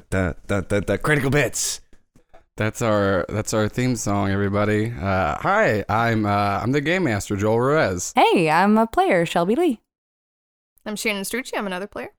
Critical bits. That's our that's our theme song, everybody. Uh, hi, I'm uh, I'm the game master, Joel Ruiz. Hey, I'm a player, Shelby Lee. I'm Shannon Strucci. I'm another player.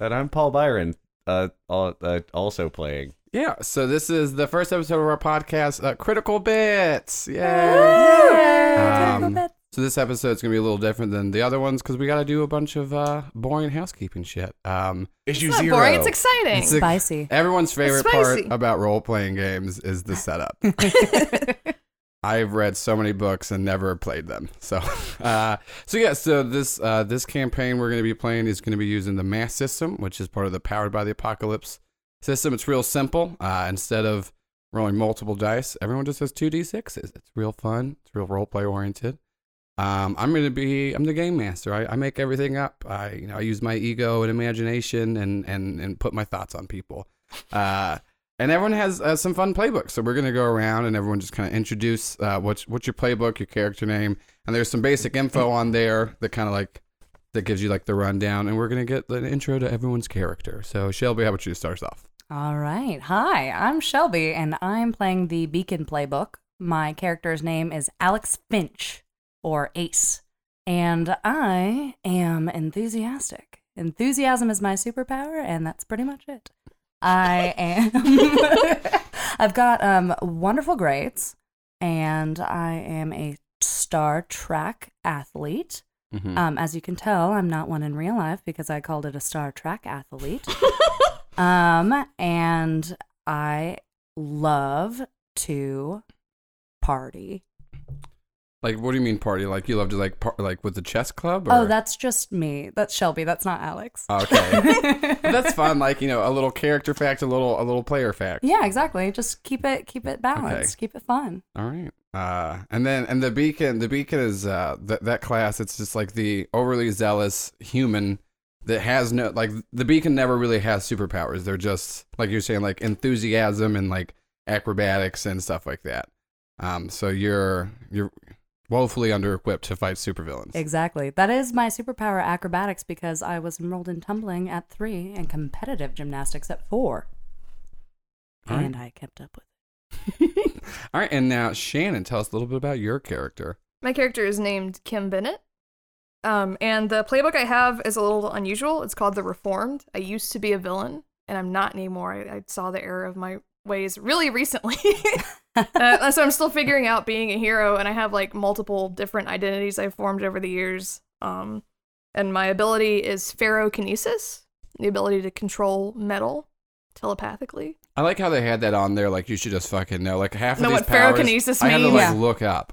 And I'm Paul Byron, uh, al- uh, also playing. Yeah, so this is the first episode of our podcast, uh, Critical Bits. Yay! Yeah. Critical Bits. so this episode's gonna be a little different than the other ones because we got to do a bunch of uh, boring housekeeping shit. Um, Issue It's not boring. It's exciting. It's ex- Spicy. everyone's favorite part spicy. about role playing games is the setup. I've read so many books and never played them. So, uh, so yeah. So this uh, this campaign we're going to be playing is going to be using the mass system, which is part of the Powered by the Apocalypse system. It's real simple. Uh, instead of rolling multiple dice, everyone just has two d sixes. It's real fun. It's real role play oriented. Um, I'm going to be I'm the game master. I, I make everything up. I you know I use my ego and imagination and and and put my thoughts on people. Uh, and everyone has uh, some fun playbooks. So we're gonna go around and everyone just kind of introduce uh, what's what's your playbook, your character name, and there's some basic info on there that kind of like that gives you like the rundown. And we're gonna get an intro to everyone's character. So Shelby, how about you start us off? All right. Hi, I'm Shelby, and I'm playing the Beacon Playbook. My character's name is Alex Finch, or Ace, and I am enthusiastic. Enthusiasm is my superpower, and that's pretty much it. I am. I've got um, wonderful grades, and I am a star track athlete. Mm. Um, as you can tell, I'm not one in real life because I called it a star track athlete. um, and I love to party. Like, what do you mean party? Like you love to like par- like with the chess club? Or? Oh, that's just me. That's Shelby. That's not Alex. Oh. okay. But that's fun. Like you know, a little character fact, a little a little player fact. yeah, exactly. Just keep it keep it balanced. Keep it fun. All right. Uh, and then and the beacon, the beacon is uh th- that class. It's just like the overly zealous human that has no like the beacon never really has superpowers. They're just like you're saying, like enthusiasm and like acrobatics and stuff like that. Um, so you're you're woefully under equipped to fight supervillains. Exactly. That is my superpower acrobatics because I was enrolled in tumbling at 3 and competitive gymnastics at 4. All right. And I kept up with All right. And now Shannon, tell us a little bit about your character. My character is named Kim Bennett. Um, and the playbook I have is a little unusual. It's called The Reformed. I used to be a villain, and I'm not anymore. I, I saw the error of my ways really recently. uh, so I'm still figuring out being a hero, and I have like multiple different identities I've formed over the years. Um, and my ability is Pharokinesis, the ability to control metal telepathically. I like how they had that on there. Like you should just fucking know. Like half of Know these what powers, pharokinesis I had to means? like Yeah. look up.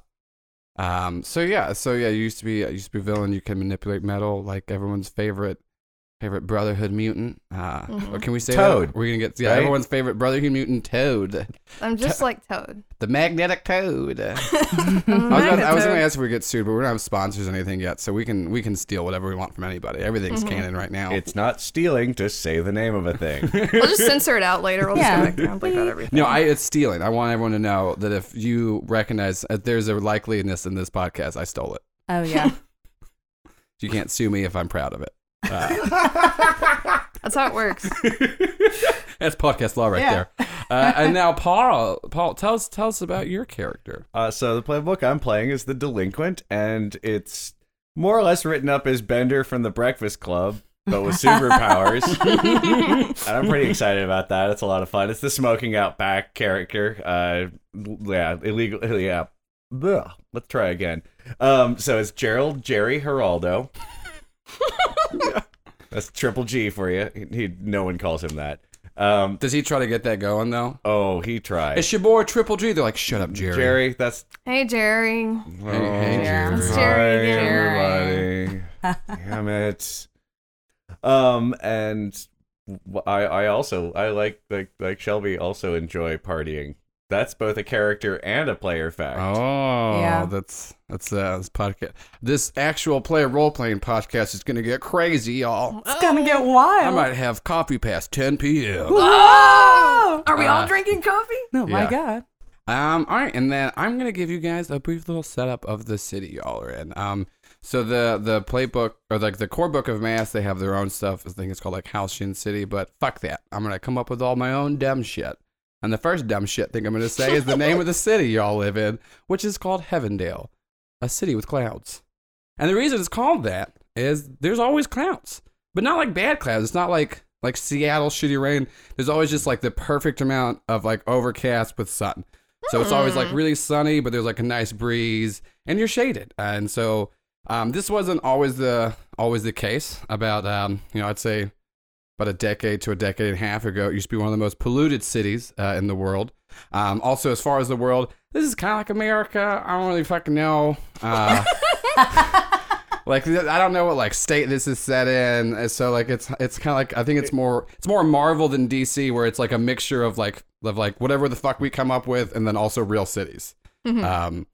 Um. So yeah. So yeah. You used to be. You used to be a villain. You can manipulate metal. Like everyone's favorite, favorite Brotherhood mutant. Uh, Mhm. or Can we say Toad, That? We're gonna get yeah. right? Everyone's favorite Brotherhood mutant Toad, I'm just like Toad. the magnetic Toad. I was, I'm a gonna, I was magnetoad. gonna ask if we get sued, but we don't have sponsors or anything yet, so we can we can steal whatever we want from anybody. Everything's Mhm. canon right now. It's not stealing, just say the name of a thing. We'll just censor it out later. We'll Yeah. just go back there and bleep out everything. No, I it's stealing. I want everyone to know that if you recognize uh, there's a likeliness in this podcast, I stole it. Oh yeah. You can't sue me if I'm proud of it. Uh, That's how it works. that's podcast law right Yeah. there. Uh, and now, Paul, Paul, tell us tell us about your character. Uh, so the playbook I'm playing is the delinquent, and it's more or less written up as Bender from the Breakfast Club, but with superpowers. and I'm pretty excited about that. It's a lot of fun. It's the smoking out back character. Uh, yeah, illegal. Yeah. Ugh. Let's try again. Um, so it's Gerald Jerry Geraldo. That's triple G for you. He, he- no one calls him that. Um, Does he try to get that going though? oh, he tried. It's your boy Triple G. They're like, shut up, Jerry. Jerry, that's Hey, Jerry. Hey, Oh, hey, Yeah. Jerry. Jerry. everybody. Damn it. Um, and w- I, I also, I like, like, like Shelby also enjoy partying. That's both a character and a player fact. Oh, Yeah. that's that's uh, this podcast. This actual player role playing podcast is gonna get crazy, y'all. it's going to get I wild. might have coffee past 10 p.m. Whoa! Are we Uh, all drinking coffee? Oh my Yeah. god. Um, all right, and then I'm gonna give you guys a brief little setup of the city y'all are in. Um, So the the playbook or like the core book of mass, they have their own stuff. I think it's called like Halcyon City, but fuck that. I'm gonna come up with all my own dumb shit. And the first dumb shit thing I'm gonna say is the name of the city y'all live in, which is called Heavendale, a city with clouds. And the reason it's called that is there's always clouds, but not like bad clouds. It's not like like Seattle shitty rain. There's always just like the perfect amount of like overcast with sun. So it's always like really sunny, but there's like a nice breeze, and you're shaded. And so um, this wasn't always the always the case. About um, you know, I'd say about a decade to a decade and a half ago, it used to be one of the most polluted cities uh, in the world. Um, also, as far as the world, this is kind of like America. I don't really fucking know. Uh, like th- I don't know what like state this is set in. And So like it's it's kind of like I think it's more it's more Marvel than DC, where it's like a mixture of like of like whatever the fuck we come up with, and then also real cities. Um,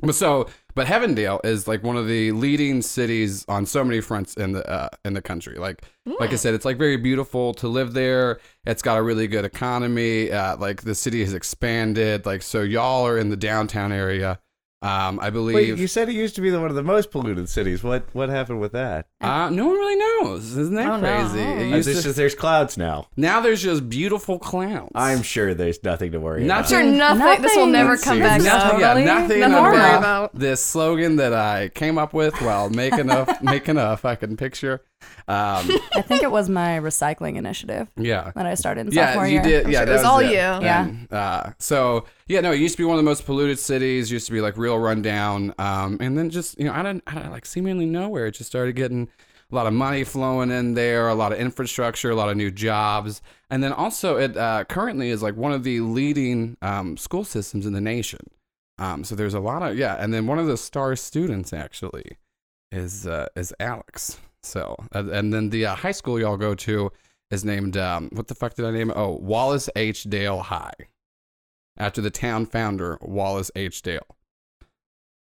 but so, but Heavendale is like one of the leading cities on so many fronts in the uh, in the country. Like, like I said, it's like very beautiful to live there. It's got a really good economy. Uh, like the city has expanded. Like so, y'all are in the downtown area. Um, I believe. Wait, you said it used to be the- one of the most polluted cities. What what happened with that? uh, no one really knows. Isn't that don't know. crazy? It Uh, used There's to- just there's clouds now. now there's just beautiful clowns. I'm sure there's nothing to worry Not about. Sure, nothing, This will Nothing. never Let's come see. back Nothing, up. nothing, yeah, Really? nothing, Nothing to about worry about. This slogan that I came up with while making a making a fucking picture. Um, I think it was my recycling initiative yeah. that I started in Yeah, sophomore you year. did. Yeah, sure it that was all you. Yeah. And, uh, so yeah, no, it used to be one of the most polluted cities. Used to be like real rundown. Um, and then just you know, I don't, I don't like seemingly nowhere. It just started getting a lot of money flowing in there, a lot of infrastructure, a lot of new jobs, and then also it uh, currently is like one of the leading um, school systems in the nation. Um, so there's a lot of yeah, and then one of the star students actually is uh, is Alex. So uh, and then the uh, high school y'all go to is named um, what the fuck did I name it? Oh, Wallace H. Dale High, after the town founder Wallace H. Dale.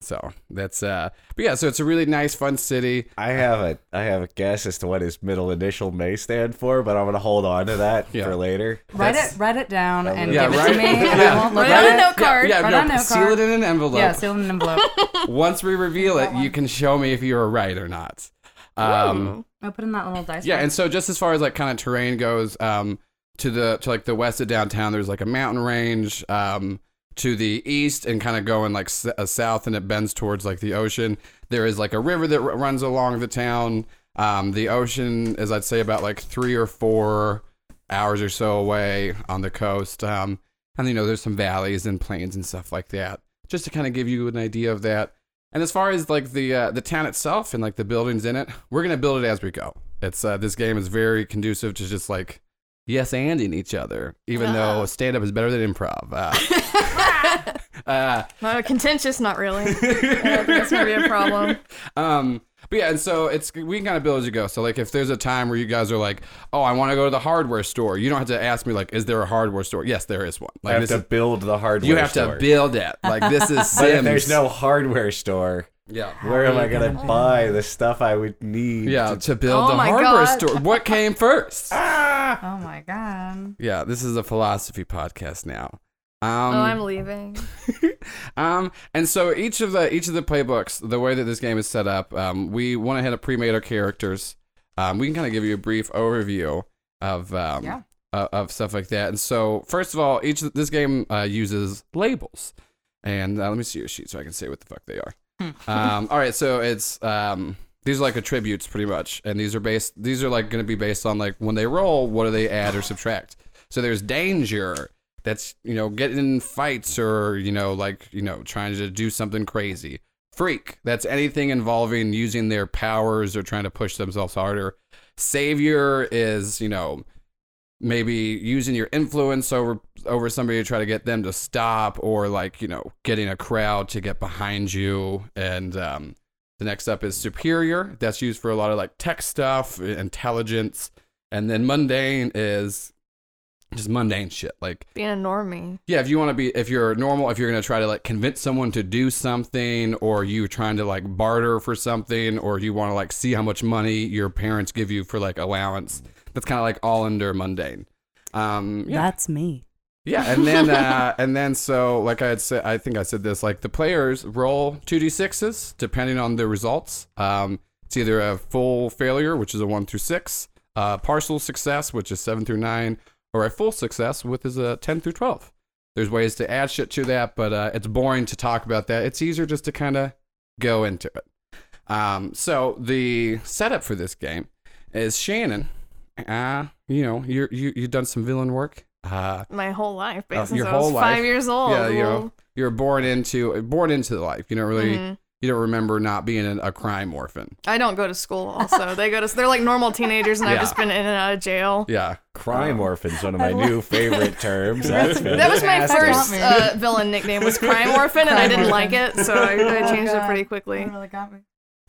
So that's uh, but yeah, so it's a really nice, fun city. I have a I have a guess as to what his middle initial may stand for, but I'm gonna hold on to that Yeah. for later. Write That's- it, write it down, and Yeah, give it right- to me, and yeah. I won't look Write at on it. a note card. Yeah, Write no, on note seal it card. in an envelope. Yeah, seal an envelope. Once we reveal it, you can show me if you're right or not. Um, Ooh. I put in that little dice. yeah roll. and so just as far as like kind of terrain goes um to the to like the west of downtown there's like a mountain range um to the east and kind of going like s- uh, south and it bends towards like the ocean there is like a river that r- runs along the town um the ocean is i'd say about like three or four hours or so away on the coast um and you know there's some valleys and plains and stuff like that just to kind of give you an idea of that and as far as like the uh, the town itself and like the buildings in it, we're gonna build it as we go. It's uh, this game is very conducive to just like yes anding each other, even though stand up is better than improv. Uh, uh, Uh, contentious, not really. I don't think that's gonna be a problem. um, but yeah, and so it's we can kind of build as you go. So like if there's a time where you guys are like, oh, I want to go to the hardware store, you don't have to ask me like, is there a hardware store? Yes, there is one. I Like have this to is, build the hardware. you have store. to build it. Like this is Sims. But if there's no hardware store, yeah. where am I gonna buy the stuff I would need? Yeah, to- to build Oh the my hardware God. store. What came first? Ah! Oh my god. Yeah, this is a philosophy podcast now. Oh, I'm Um, leaving. um, and so each of the each of the playbooks, the way that this game is set up, um, we went ahead and pre-made our characters. Um, we can kind of give you a brief overview of um, Yeah. o- of stuff like that. And so, first of all, each this game uh, uses labels, and uh, let me see your sheet so I can say what the fuck they are. um, all right, so it's um, these are like attributes pretty much, and these are based. These are like going to be based on like when they roll, what do they add or subtract? So there's danger. That's you know getting in fights or you know like you know trying to do something crazy. Freak. That's anything involving using their powers or trying to push themselves harder. Savior is you know maybe using your influence over over somebody to try to get them to stop or like you know getting a crowd to get behind you and um the next up is superior that's used for a lot of like tech stuff intelligence and then mundane is just mundane shit like Being a normie. yeah, if you want to be, if you're normal, if you're going to try to like convince someone to do something, or you're trying to like barter for something, or you want to like see how much money your parents give you for like allowance, that's kind of like all under mundane. Um, yeah, That's me. Yeah, and then uh, and then so like I had said, I think I said this. Like the players roll two d sixes depending on the results. Um, it's either a full failure, which is a one through six, a partial success, which is seven through nine, or a full success, which is a ten through twelve. There's ways to add shit to that, but uh, it's boring to talk about that. It's easier just to kind of go into it. Um, so the setup for this game is Shannon. Uh, you know, you're, you you've done some villain work. Uh, My whole life, Uh, basically. your I was whole five life. years old. yeah, you Well, know, you're born into born into the life. You don't really mhm. you don't remember not being an, a crime orphan. I don't go to school. Also, they go to. They're like normal teenagers, and Yeah. I've just been in and out of jail. Yeah, Crime orphan's one of my I love- new favorite terms. That's That was my fantastic. first me. uh, villain nickname was Crime Orphan, and I Crime didn't like Orphan. it, so I, I Oh, changed it God. pretty quickly. really got me.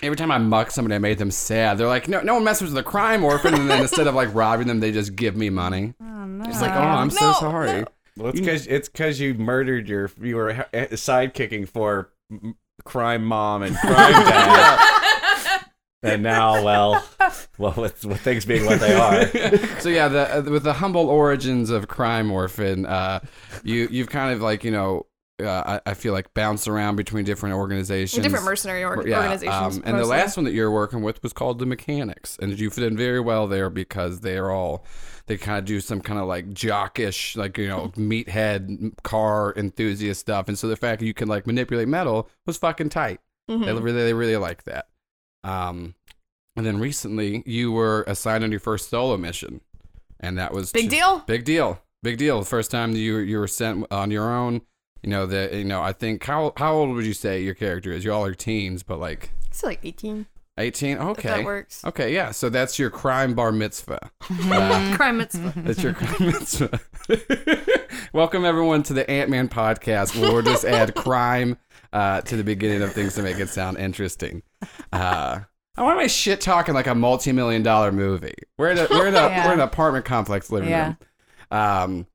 every time I muck somebody, I made them sad. They're like, no, no one messes with a crime orphan, and then instead of like robbing them, they just give me money. Oh, no. It's like, oh, I'm so No, sorry. Well, it's because it's because you murdered your you were ha- sidekicking for m- crime mom and crime dad, and now well, well with, with things being what they are, so yeah, the, uh, with the humble origins of crime orphan, uh, you you've kind of like you know. Uh, I, I feel like bounce around between different organizations, Different mercenary or- Yeah, organizations. um, and the mostly. last one that you're working with was called the Mechanics, and you fit in very well there because they are all they kind of do some kind of like jockish, like you know, meathead car enthusiast stuff. And so the fact that you can like manipulate metal was fucking tight. Mhm. They really, they really like that. Um, and then recently you were assigned on your first solo mission, and that was Big to- deal. Big deal. Big deal. The first time you you were sent on your own. You know that you know. I think how how old would you say your character is? You all are teens, but like It's like 18. eighteen. If Okay. that works. Okay. Yeah. So that's your crime bar mitzvah. Uh, Crime mitzvah. that's your crime mitzvah. Welcome everyone to the Ant Man podcast, where we'll just add crime uh, to the beginning of things to make it sound interesting. Uh, why am I shit talking like a multi million dollar movie? We're in a, we're in a, Yeah. we're in an apartment complex living Yeah. room. Um,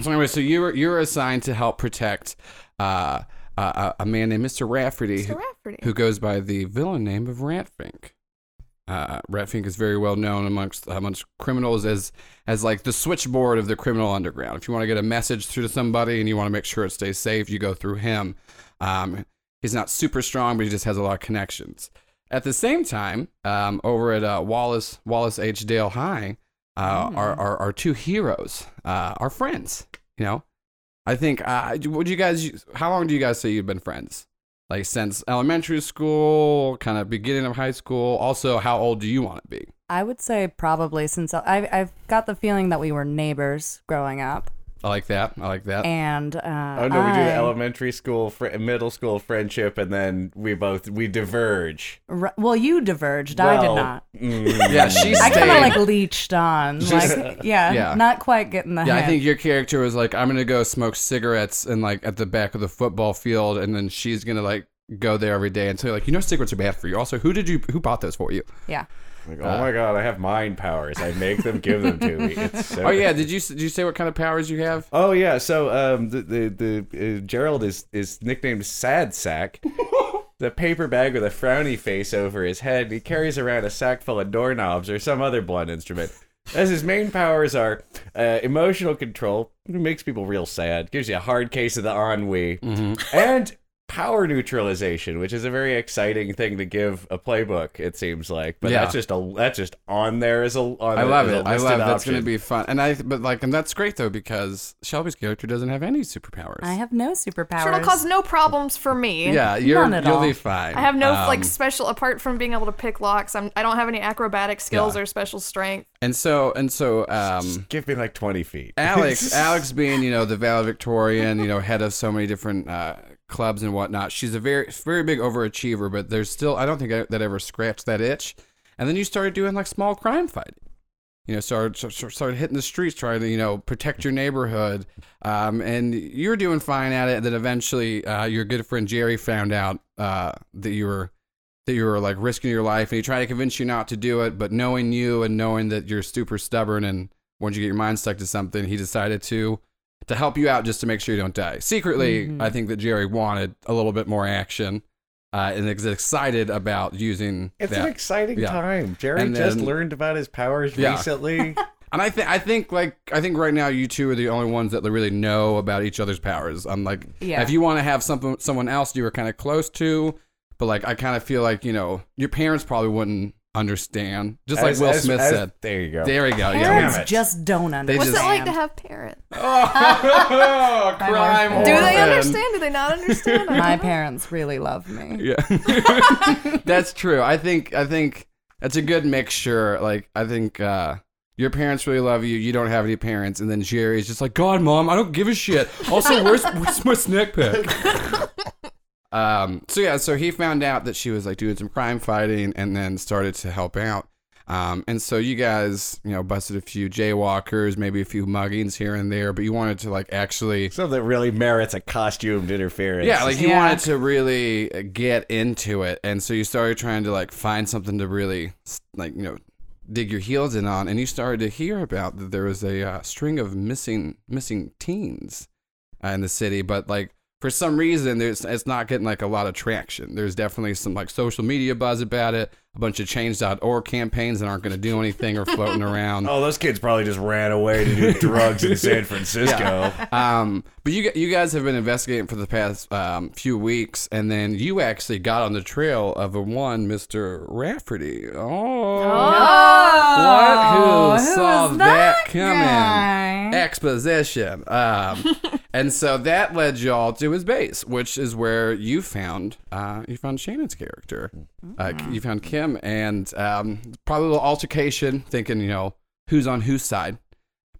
so anyway, so you were you were assigned to help protect uh, uh, a- a man named Mr. Rafferty, It's a Mm-hmm. who, Rafferty. who goes by the villain name of Ratfink. Uh, Ratfink is very well known amongst amongst criminals as as like the switchboard of the criminal underground. If you want to get a message through to somebody and you want to make sure it stays safe, you go through him. Um, he's not super strong, but he just has a lot of connections. At the same time, um, over at uh, Wallace Wallace H Dale High, uh, are, are are two heroes, uh, are friends. You know, I think. Uh, would you guys? How long do you guys say you've been friends? Like since elementary school, kind of beginning of high school. Also, how old do you want to be? I would say probably since I, I've got the feeling that we were neighbors growing up, I like that. I like that. and uh, Oh no, we do I- the elementary school, fr- middle school friendship, and then we both we diverge. Ri- well, you diverged. I did Well, not. mm, yeah, she I stayed. kind of like leached on, She's- like yeah, yeah. not quite getting the. yeah, I hint. think your character was like, I'm gonna go smoke cigarettes and like at the back of the football field, and then she's gonna like go there every day and say like, you know, cigarettes are bad for you. Also, who did you who bought those for you? yeah. Like, Uh, oh my god, I have mind powers. I make them give them to me. It's so Oh yeah, did you did you say what kind of powers you have? Oh yeah, so um, the the, the uh, Gerald is is nicknamed Sad Sack. the paper bag with a frowny face over his head. He carries around a sack full of doorknobs or some other blunt instrument. As his main powers are uh, emotional control, who makes people real sad, gives you a hard case of the ennui, Mm-hmm. and power neutralization, which is a very exciting thing to give a playbook. It seems like, but Yeah. that's just a that's just on there as a. On I love as a it. I listed love that's option. gonna be fun. And I but like and that's great though because Shelby's character doesn't have any superpowers. I have no superpowers. Sure, it'll cause no problems for me. yeah, you're None at you'll all. be fine. I have no Um, like special apart from being able to pick locks. I'm I don't have any acrobatic skills Yeah. or special strength. and so and so um Give me like twenty feet. Alex, Alex being you know the valedictorian, you know head of so many different uh, clubs and whatnot. She's a very very big overachiever, but there's still I don't think I, that ever scratched that itch. And then you started doing like small crime fighting. You know, started started- started hitting the streets, trying to you know protect your neighborhood, um, and you were doing fine at it. Then eventually, uh, your good friend Jerry found out uh, that you were that you were like risking your life and he tried to convince you not to do it but knowing you and knowing that you're super stubborn and once you get your mind stuck to something he decided to to help you out just to make sure you don't die secretly Mm-hmm. Mhm. i think that jerry wanted a little bit more action uh, and is excited about using It's an that exciting Yeah. time. Jerry And just then- learned about his powers Yeah. recently. And I think I think like I think right now you two are the only ones that really know about each other's powers. I'm like, Yeah. if you want to have something someone else you were kind of close to, but like I kind of feel like you know your parents probably wouldn't understand. Just like As- Will as- Smith as- said. There you go. There we go. Oh, Yeah. Parents it. just don't They understand. What's just- it like to have parents? Oh, crime. Do Do they orphan. understand? Do they not understand? I My don't know. parents really love me. Yeah. that's true. I think I think that's a good mixture. Like I think uh your parents really love you. You don't have any parents, and then Jerry's just like, God, mom, I don't give a shit. Also, where's where's my snack pack? um. So yeah. So he found out that she was like doing some crime fighting, and then started to help out. Um, and so you guys, you know, busted a few jaywalkers, maybe a few muggings here and there, but you wanted to like actually Something that really merits a costumed interference. yeah, like you Yeah. wanted to really uh, get into it, and so you started trying to like find something to really s- like you know dig your heels in on, and you started to hear about that there was a uh, string of missing missing teens uh, in the city, but like for some reason there's it's not getting like a lot of traction. There's definitely some like social media buzz about it, a bunch of Change.org campaigns that aren't going to do anything or floating around. Oh, those kids probably just ran away to do drugs in San Francisco. um, but you you guys have been investigating for the past um, few weeks, and then you actually got on the trail of a one Mister Rafferty. Oh, Oh, what? Who saw is that coming? guy? exposition. Um, and so that led y'all to his base, which is where you found uh, you found Shannon's character. Uh, you found Kim, and um, probably a little altercation, thinking you know who's on whose side.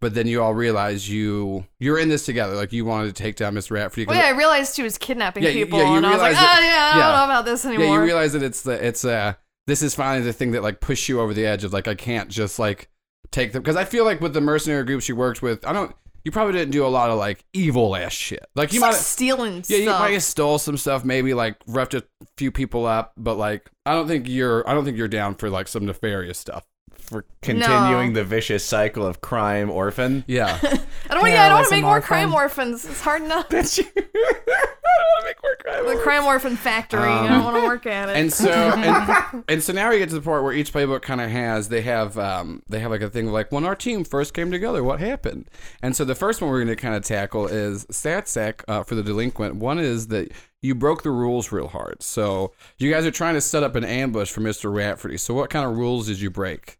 But then you all realize you you're in this together. Like you wanted to take down Miss Rafferty. 'cause- Well, yeah, I realized she was kidnapping Yeah, you- people, yeah, you and I was like, realize that- oh, yeah, I yeah. don't know about this anymore. Yeah, you realize that it's the it's uh this is finally the thing that like pushed you over the edge of like I can't just like take them because I feel like with the mercenary groups you worked with, I don't you probably didn't do a lot of like evil ass shit. Like you It's might like have stealing yeah, stuff. you might have stole some stuff, maybe like roughed a few people up, but like I don't think you're I don't think you're down for like some nefarious stuff. For continuing the vicious cycle of crime orphan. Yeah. I don't want. Yeah, I don't want to Heroism make more orphan. crime orphans. It's hard enough. That's you. I don't want to make more crime. The crime orphan factory. I don't want to work at it. Um, and so and, and so now we get to the part where each playbook kind of has they have um they have like a thing of like when our team first came together what happened and so the first one we're going to kind of tackle is statsec uh, for the delinquent one is that you broke the rules real hard so you guys are trying to set up an ambush for mr ratfordy so what kind of rules did you break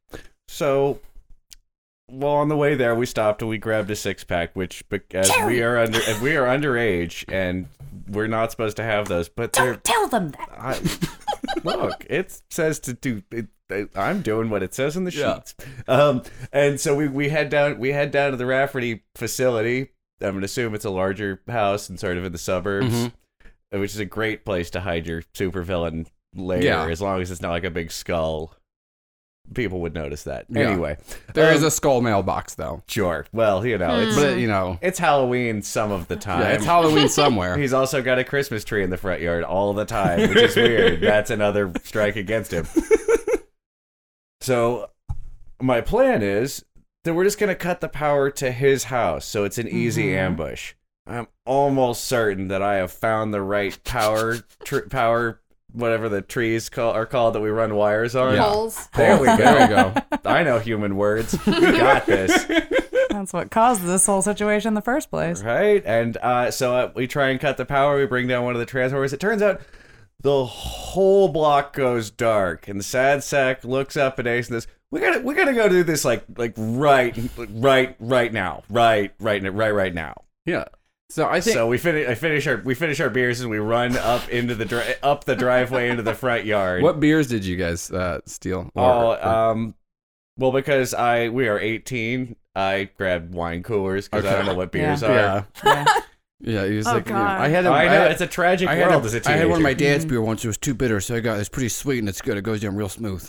So, well, on the way there, we stopped and we grabbed a six pack, which bec- as we are under as we are underage and we're not supposed to have those, but they're Don't tell them that. I, look, it says to do. It, I'm doing what it says in the Yeah. sheets. Um, and so we, we head down. We head down to the Rafferty facility. I'm gonna assume it's a larger house and sort of in the suburbs, Mm-hmm. uh, which is a great place to hide your supervillain layer, Yeah. as long as it's not like a big skull. People would notice that Yeah. anyway. There is Um, Mm. a skull mailbox though sure. Well, you know, it's but it, you know it's Halloween some of the time. yeah, it's halloween somewhere He's also got a Christmas tree in the front yard all the time, which is weird. That's another strike against him. So, my plan is that we're just going to cut the power to his house, so it's an easy Mm-hmm. Mhm. ambush. I'm almost certain that I have found the right power tr- power whatever the trees call are called that we run wires on. Yeah. Holes. There we go. there we go I know human words. We got this. That's what caused this whole situation in the first place. Right? And uh, so uh, we try and cut the power. We bring down one of the transformers. It turns out the whole block goes dark, and the sad sack looks up at Ace and says, "We gotta, we gotta go do this like, like right, right, right now, right, right, n- right, right now." yeah so i think So we finish, I finish our, we finish our beers, and we run up into the dri- up the driveway into the front yard. what beers did you guys uh, steal? Or- Oh, or- um, well, because I we are eighteen. I grabbed wine coolers because I Okay. don't know what beers Yeah. are. Yeah. Yeah, he was Oh, like, you know, God. I had a, I know had- it's a tragic I had world a- as a I teenager. had one of my dad's beer once. It was too bitter, so I got it's pretty sweet and it's good. It goes down real smooth.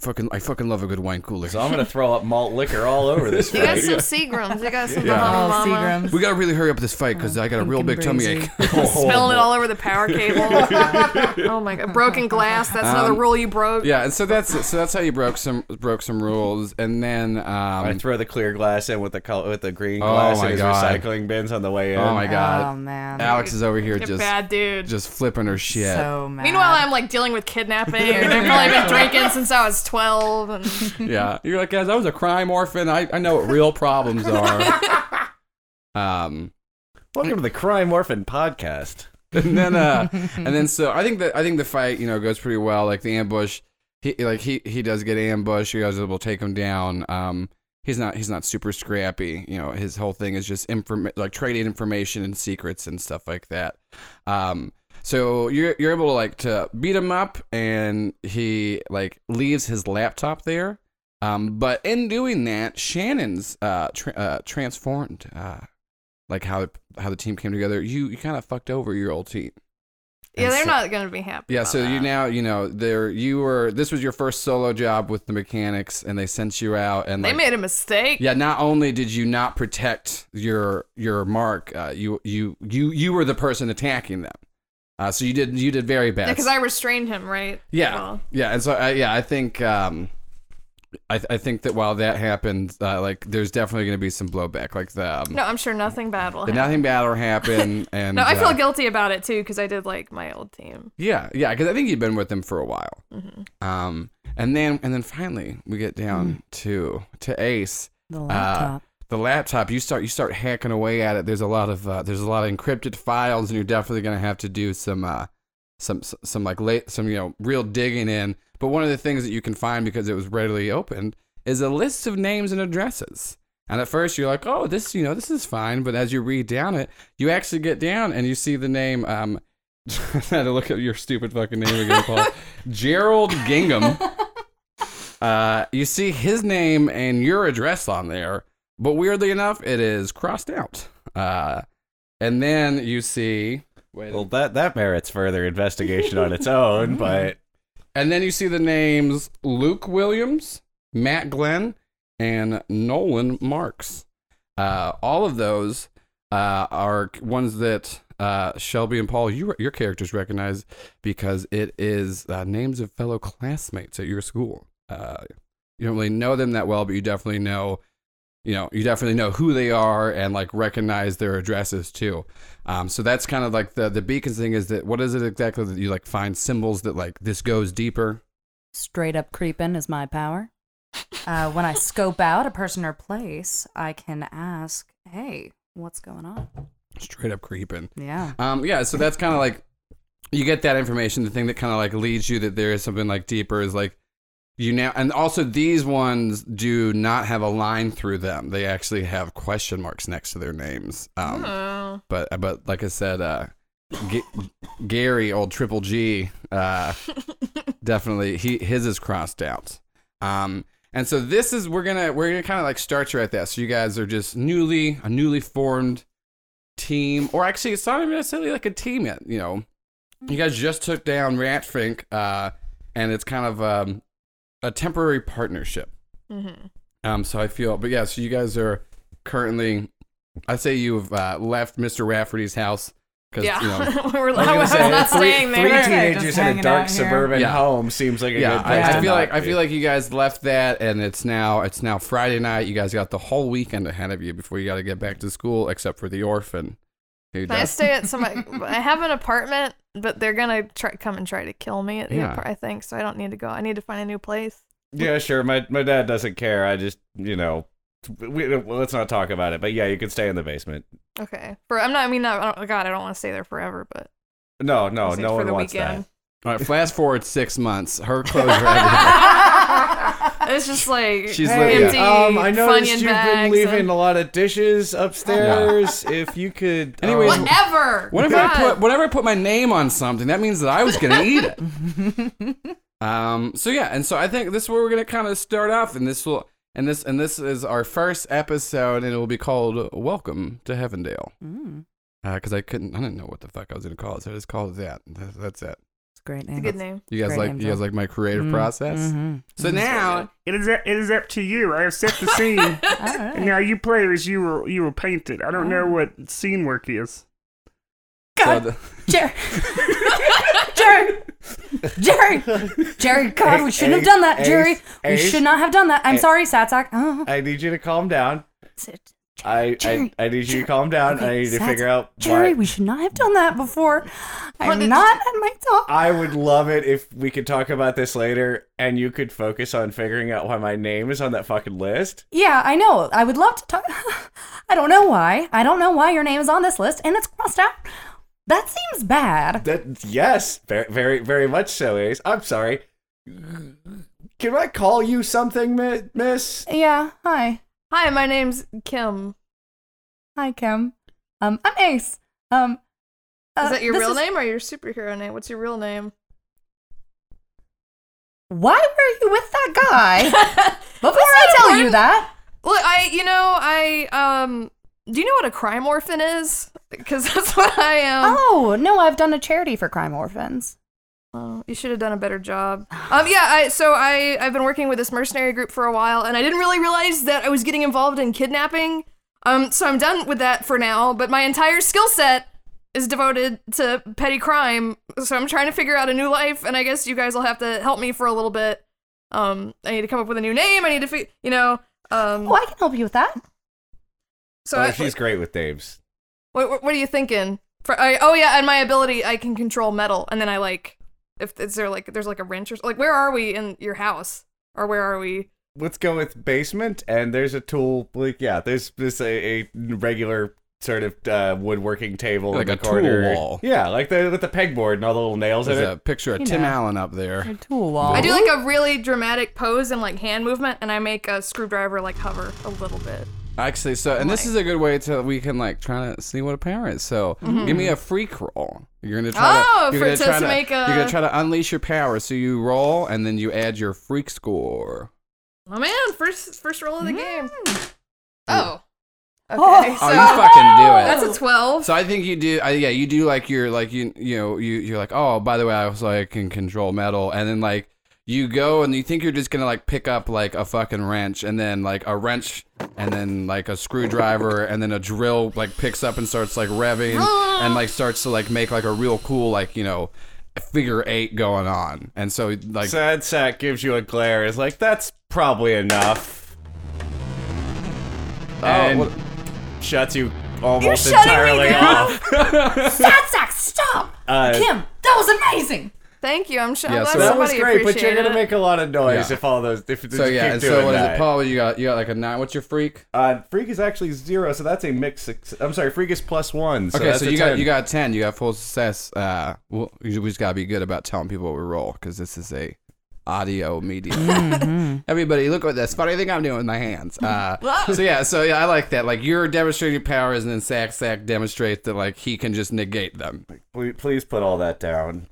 Fucking, I fucking love a good wine cooler. So I'm gonna throw up malt liquor all over this. You got fight. some Seagrams. You got some Yeah. Bahama Oh, Mama. Seagrams. We gotta really hurry up this fight Oh, because I got a real Thinking big tummy breezy. ache. Spilling it all over the power cable. oh my god. Broken glass. That's another Um, rule you broke. yeah, and so that's so that's how you broke some broke some rules, and then um, I throw the clear glass in with the col- with the green Oh glass my in his God. recycling bins on the way in. oh my Oh god, man. Alex is over here You're just bad dude. just flipping her shit. So mad. Meanwhile, I'm like dealing with kidnapping. I've probably been drinking since I was twelve, and yeah. You're like, guys, I was a crime orphan. I, I know what real problems are. Um, Welcome to the Crime Orphan podcast. and then uh, and then so I think that I think the fight you know goes pretty well. Like the ambush, he like he he does get ambushed. You guys will take him down. Um, he's not he's not super scrappy. You know, his whole thing is just inform like trading information and secrets and stuff like that. Um, so you're you're able to like to beat him up, and he like leaves his laptop there. Um, but in doing that, Shannon's uh, tra- uh transformed. Uh, like how how the team came together. You you kind of fucked over your old team. yeah, And they're so- not gonna be happy. Yeah, about so you that. now you know there you were. This was your first solo job with the mechanics, and they sent you out. And they like, made a mistake. yeah, not only did you not protect your your mark, uh, you you you you were the person attacking them. Uh, so you did you did very bad. because I restrained him, right? Yeah, Well, yeah, and so I, yeah, I think um, I I think that while that happened, uh, like there's definitely going to be some blowback. Like the, um, no, I'm sure nothing bad will the happen. nothing bad will happen. And no, I uh, feel guilty about it too because I did like my old team. Yeah, yeah, because I think you've been with them for a while. Um, and then and then finally we get down to to Ace, The laptop. the laptop. You start you start hacking away at it. There's a lot of uh, there's a lot of encrypted files, and you're definitely gonna have to do some uh, some s- some like late some you know real digging in. But one of the things that you can find because it was readily opened is a list of names and addresses. And at first you're like, oh, this you know this is fine. But as you read down it, you actually get down and you see the name. Um, I had to look at your stupid fucking name again, Paul. Gerald Gingham. Uh, you see his name and your address on there, but weirdly enough, it is crossed out. Uh, and then you see, wait, Well, that that merits further investigation on its own, but and then you see the names Luke Williams, Matt Glenn, and Nolan Marks. Uh, all of those uh, are ones that uh, Shelby and Paul, you, your characters recognize because it is uh, names of fellow classmates at your school. Uh, you don't really know them that well, but you definitely know, you know, you definitely know who they are and like recognize their addresses too. Um, so that's kind of like the the beacons thing is that what is it exactly that you like find symbols that like this goes deeper? Straight up creeping is my power. Uh, when I scope out a person or place, I can ask, hey, what's going on? Straight up creeping. Yeah. Um, yeah, so that's kind of like you get that information. The thing that kind of like leads you that there is something like deeper is like you now, and also these ones do not have a line through them. They actually have question marks next to their names. Um, Oh. but but like I said, uh, G- Gary, old Triple G, uh, definitely he his is crossed out. Um, and so this is we're gonna we're gonna kind of like start you at that. So you guys are just newly a newly formed team, or actually it's not even necessarily like a team yet. You know, you guys just took down Ratfink, uh, and it's kind of um, a temporary partnership. Mhm. Um, so I feel, but yeah, so you guys are currently, I'd say you've uh, left Mr. Rafferty's house because Yeah, you know, we're I was I gonna say, was not three, staying three there. teenagers just in a hanging dark out here. suburban Yeah. home seems like a yeah, good place I, I to feel not like I be. feel like you guys left that, and it's now it's now Friday night. You guys got the whole weekend ahead of you before you got to get back to school, except for the orphan. Who Can I does, stay at some? I have an apartment, but they're gonna try, come and try to kill me at the Yeah. apart. I think so. I don't need to go. I need to find a new place. Yeah, sure. My my dad doesn't care. I just you know, we, well, let's not talk about it. But yeah, you can stay in the basement. Okay, for I'm not. I mean, not, I don't, God, I don't want to stay there forever, but No, no, Just Oh, no for one the wants weekend. all right, flash forward six months. Her clothes are everywhere. it's just like She's that. Hey, empty. um, I noticed Funyun you've been bags leaving and- a lot of dishes upstairs. If you could, Anyways, um, Whatever. Whenever God. I put whenever I put my name on something, that means that I was gonna eat it. um. So yeah, and so I think this is where we're gonna kind of start off, and this will and this and this is our first episode, and it will be called "Welcome to Heavendale" Mm, because I couldn't, I didn't know what the fuck I was gonna call it, so I just called it that. That's, that's it. it's a great It's name. a good name. You guys Great like name, you guys Phil. like my creative Mm, process. mhm. So now, It is it is up to you. I have set the scene. All right. and now you players, you were you were painted. I don't know what scene work is. so the, Jerry. Jerry. Jerry. Jerry, God, we shouldn't have done that, Ace, Jerry. We Ace. should not have done that. I'm Ace. sorry, Satsak. Oh. I need you to calm down. Sit. I, I Jerry, I need you to calm down. I need to That's- figure out Jerry, why. we should not have done that before. What I'm did- not at my top. I would love it if we could talk about this later, and you could focus on figuring out why my name is on that fucking list. Yeah, I know. I would love to talk. I don't know why. I don't know why your name is on this list and it's crossed out. That seems bad. That yes, very very very much so, Ace. I'm sorry. Can I call you something, mi- Miss? Yeah. Hi. Hi, my name's Kim. Hi, Kim. Um, I'm Ace. Um, uh, Is that your this real name or your superhero name? What's your real name? Why were you with that guy? Before I tell you that, Look, I you know I um. Do you know what a crime orphan is? Because that's what I um, am. oh no, I've done a charity for crime orphans. Oh, you should have done a better job. Um, yeah, I so I I've been working with this mercenary group for a while, and I didn't really realize that I was getting involved in kidnapping. Um, so I'm done with that for now. But my entire skill set is devoted to petty crime, so I'm trying to figure out a new life. And I guess you guys will have to help me for a little bit. Um, I need to come up with a new name. I need to, fi- you know. Um, Oh, I can help you with that. so oh, I, she's great with names. what, what what are you thinking? For, I, oh yeah, and my ability, I can control metal, and then I like, if is there like, there's like a wrench or like, where are we in your house, or where are we? Let's go with basement, and there's a tool. Like yeah, there's this a, a regular sort of uh, woodworking table, Like in a the tool corner. wall. Yeah, like the with the pegboard and all the little nails in There's it. a picture of You Tim know. Allen up there. Your tool wall. I do like a really dramatic pose and like hand movement, and I make a screwdriver like hover a little bit. Actually, so and this is a good way to we can like try to see what a parent is. So give me a free roll. You're gonna try Mm-hmm. Oh, to. You're for- gonna to- try to make a- You're gonna try to unleash your power. So you roll and then you add your freak score. Oh man, first first roll of the game. Oh, okay, Mm. Oh. so oh, you fucking do it. that's a twelve. So I think you do. I, yeah, you do like your like you you know you you're like oh by the way I was like can control metal and then like you go and you think you're just gonna like pick up like a fucking wrench and then like a wrench and then like a screwdriver and then a drill like picks up and starts like revving and like starts to like make like a real cool like you know figure eight going on and so like Sad sack gives you a glare. Is like that's probably enough. oh, and what- shuts you almost shutting me entirely down? off. Oh. Satsak, stop! Uh, Kim, that was amazing. Thank you. I'm sure Yeah, I'm glad so- That was somebody great, but you're appreciated gonna it. make a lot of noise Yeah. if all those if so you yeah keep and doing so what is that. it Paul you got you got like a nine what's your freak Uh, freak is actually zero, so that's a mixed. success. I'm sorry, freak is plus one. So Okay, that's so a you got 10. you got ten. You got full success. Uh, well, you- we just gotta be good about telling people what we roll because this is a audio Mm-hmm. medium. Everybody, look at this funny thing I'm doing with my hands. Uh, so yeah, so yeah, I like that. Like you're demonstrating powers, and then Sack Sack demonstrates that like he can just negate them. Please, please put all that down.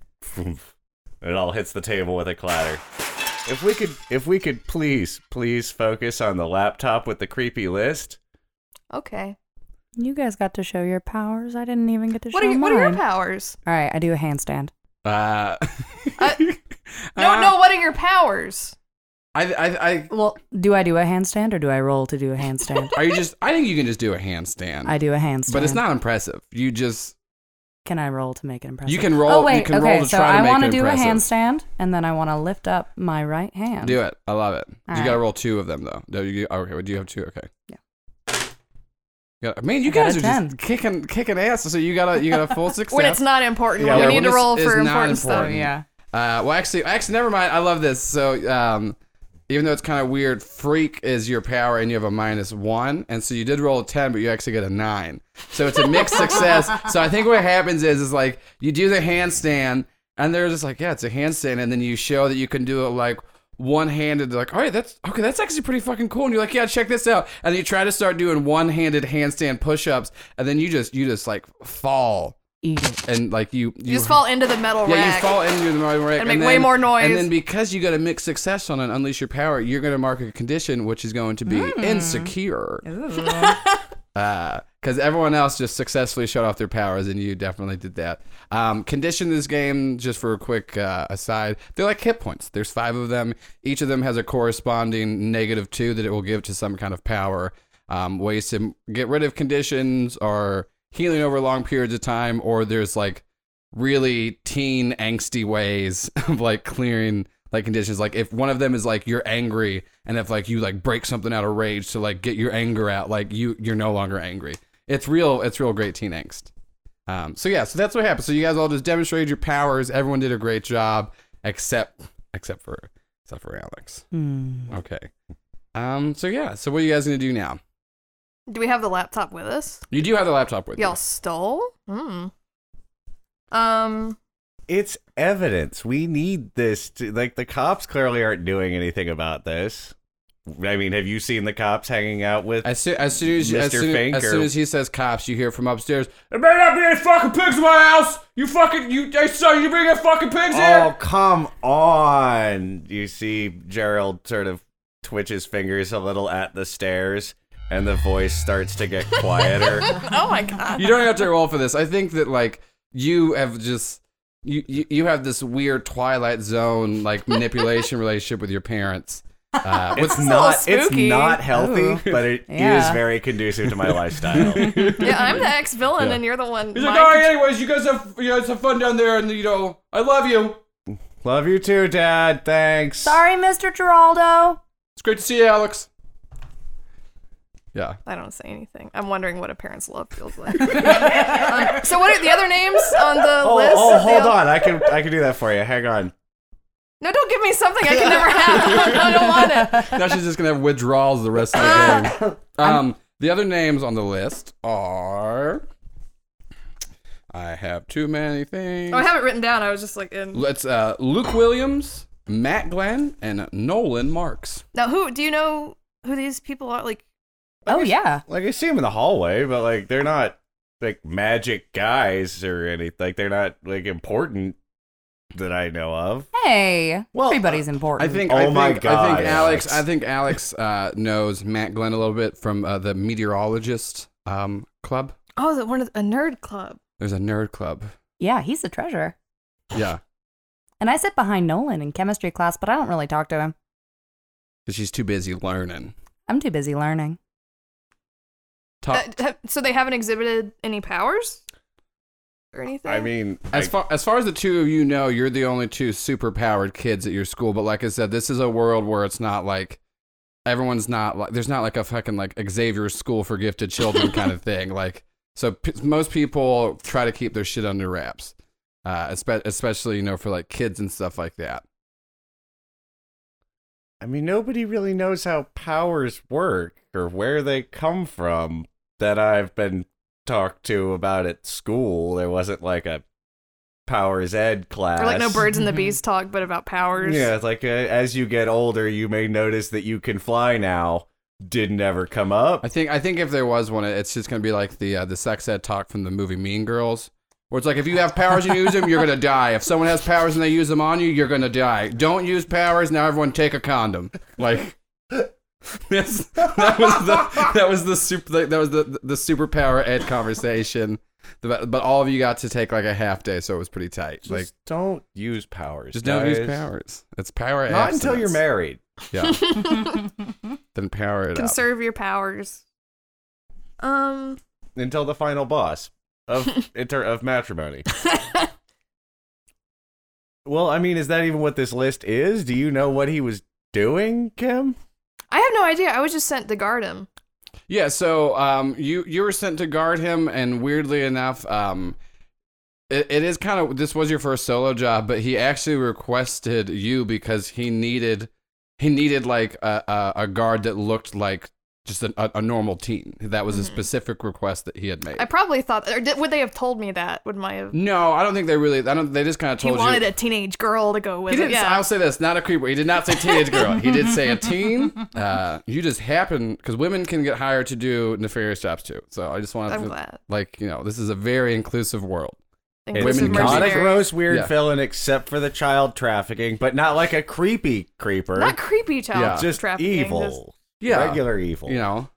it all hits the table with a clatter. If we could, if we could, please, please focus on the laptop with the creepy list. Okay. You guys got to show your powers. I didn't even get to What show are you, what are your mine. powers? All right, I do a handstand. Uh, Uh, No, Uh, no. What are your powers? I, I, I, Well, do I do a handstand or do I roll to do a handstand? are you just? I think you can just do a handstand, I do a handstand. but it's not impressive. You just Can I roll to make it impressive? you can roll. Oh wait, you can okay. roll to so try to I make want it do impressive. a handstand, and then I want to lift up my right hand. Do it. I love it. you All right. gotta roll two of them though. No, you, okay. Well, do you have two? Okay. Yeah. You got- man, you I got guys a are 10. just kicking kicking ass. So you got a you got a full success. When it's not important, Yeah, when yeah, we need when to it's- roll it's for not important Oh stuff. important. yeah. uh, well, actually, actually, never mind. I love this. So, um, even though it's kind of weird, freak is your power, and you have a minus one, and so you did roll a ten, but you actually get a nine. So it's a mixed success. So I think what happens is, is like you do the handstand, and they're just like, yeah, it's a handstand, and then you show that you can do it like one-handed. They're like, all right, that's okay. That's actually pretty fucking cool. And you're like, yeah, check this out. And you try to start doing one-handed handstand push-ups, and then you just you just like fall, Eat it. and like you You just fall into the metal yeah, rack. you fall into the Mario rack And make way more noise. And then because you got a mixed success on an unleash your power, you're going to mark a condition which is going to be Hmm. insecure. Because everyone else just successfully shut off their powers, and you definitely did that. Um, condition this game, just for a quick uh, aside, they're like hit points. There's five of them. Each of them has a corresponding negative two that it will give to some kind of power. Um, ways to get rid of conditions are healing over long periods of time, or there's like really teen angsty ways of like clearing like conditions. Like if one of them is like you're angry, and if like you like break something out of rage to like get your anger out, like you you're no longer angry. It's real. It's real great teen angst. Um, so yeah, so that's what happened. So you guys all just demonstrated your powers. Everyone did a great job, except except for except for Alex. Okay. Um. So yeah. So what are you guys gonna do now? Do we have the laptop with us? You do have the laptop with you. Y'all stole? Hmm. Um, It's evidence. We need this. To, like, the cops clearly aren't doing anything about this. I mean, have you seen the cops hanging out with? As soon as soon as, as, Mr. soon, Fink as or- soon as he says cops, you hear from upstairs. There better not be any fucking pigs in my house. You fucking you. I saw you bring any fucking pigs oh, come on. You see Gerald sort of twitch his fingers a little at the stairs, and the voice starts to get quieter. oh my here. god. You don't have to roll for this. I think that like you have just you you, you have this weird Twilight Zone like manipulation relationship with your parents. Uh, with- it's not. little It's spooky. not healthy, but it is Yeah. very conducive to my lifestyle. Yeah, I'm the ex villain, and you're the one. He's like, mind- "Oh, all right, anyways, you guys have you guys have fun down there, and you know I love you. Love you too, Dad. Thanks. Sorry, Mr. Geraldo. It's great to see you, Alex. Yeah. I don't say anything. I'm wondering what a parent's love feels like. Um, so, what are the other names on the Oh, list? oh of the hold oth- on. I can I can do that for you. Hang on. No, don't give me something I can never have. I don't want it. now she's just gonna have withdrawals the rest of Ah. the game. Um, the other names on the list are. I have too many things. Oh, I have it written down. I was just like, in. Let's uh, Luke Williams, Matt Glenn, and Nolan Marks. now who do you know who these people are? Like, Oh yeah. Like I see them in the hallway, but like they're not like magic guys or anything. Like they're not like important that I know of. Hey, Well, everybody's uh, I important. think. Oh I think, my I God, think Alex. Alex. I think Alex uh, knows Matt Glenn a little bit from uh, the meteorologist um, club. oh, the one of the, a nerd club. There's a nerd club. Yeah, he's the treasurer. Yeah, And I sit behind Nolan in chemistry class, but I don't really talk to him. 'cause she's too busy learning. I'm too busy learning. Talk, Uh, have- so they haven't exhibited any powers or anything. I mean, As I- far as far as the two of you know, you're the only two super powered kids at your school. But like I said, this is a world where it's not like everyone's not like there's not like a fucking like Xavier School for Gifted Children kind of thing. Like so, p- most people try to keep their shit under wraps, uh, espe- especially you know for like kids and stuff like that. I mean, nobody really knows how powers work or where they come from that I've been talked to about at school. There wasn't like a powers ed class. or like no birds and the bees talk, but about powers. Yeah, it's like uh, as you get older, you may notice that you can fly now. Didn't ever come up. I think I think if there was one, it's just gonna be like the uh, the sex ed talk from the movie Mean Girls, where it's like if you have powers and you use them, you're gonna die. If someone has powers and they use them on you, you're gonna die. Don't use powers. Now everyone take a condom. Like. Yes, that was the that was the super that was the the superpower ed conversation, but but all of you got to take like a half day, so it was pretty tight. Just like don't use powers. just don't use guys. powers. It's power. Not until you're abstinence. married. Yeah, then power it up. Conserve your powers. Um. Until the final boss of inter- of matrimony. well, I mean, is that even what this list is? Do you know what he was doing, Kim? I have no idea. I was just sent to guard him. Yeah, so um, you you were sent to guard him, and weirdly enough, um, it, it is kind of this was your first solo job, but he actually requested you because he needed he needed like a, a, a guard that looked like just an, a, a normal teen. That was a specific request that he had made. Mm-hmm. I probably thought, or did, would they have told me that? Would my have? no, I don't think they really. I don't. They just kind of He told you. wanted a teenage girl to go with He him. didn't. Yeah. I'll say this: not a creeper. He did not say teenage girl. He did say a teen. Uh, you just happen because women can get hired to do nefarious jobs too. So I just want I'm to glad. like you know this is a very inclusive world. It's Inclusive Women not a mercenary. gross, weird Yeah. villain except for the child trafficking, but not like a creepy creeper. Not creepy child Yeah. just trafficking. just- evil. Regular evil. You know,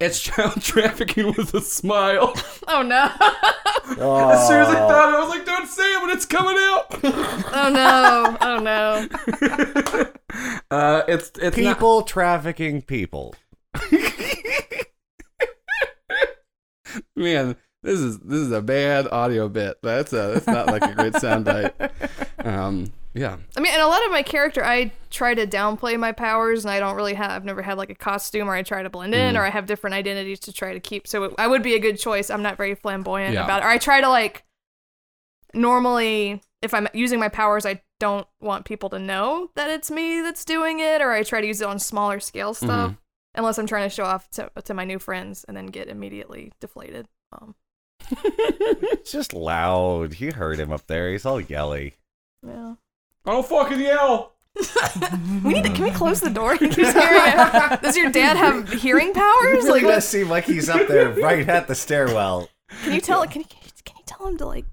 it's child trafficking with a smile. oh no! As soon as I thought it, I was like, "Don't say it when it's coming out." Oh no! Oh no! Uh, it's it's not- people trafficking people. man. This is this is a bad audio bit. That's a that's not like a great soundbite. Um, Yeah. I mean, and a lot of my character, I try to downplay my powers, and I don't really have. I've never had like a costume, or I try to blend in, or I have different identities to try to keep. So it, I would be a good choice. I'm not very flamboyant Yeah. about it, or I try to like. Normally, if I'm using my powers, I don't want people to know that it's me that's doing it, or I try to use it on smaller scale stuff, unless I'm trying to show off to, to my new friends and then get immediately deflated. Um, It's just loud. You heard him up there. He's all yelly. yeah. I don't Oh, fucking yell. We need to. Can we close the door? He keeps hearing it. Does your dad have hearing powers? really Like, does seem like he's up there right at the stairwell. Can you tell? Can you, can you tell him to like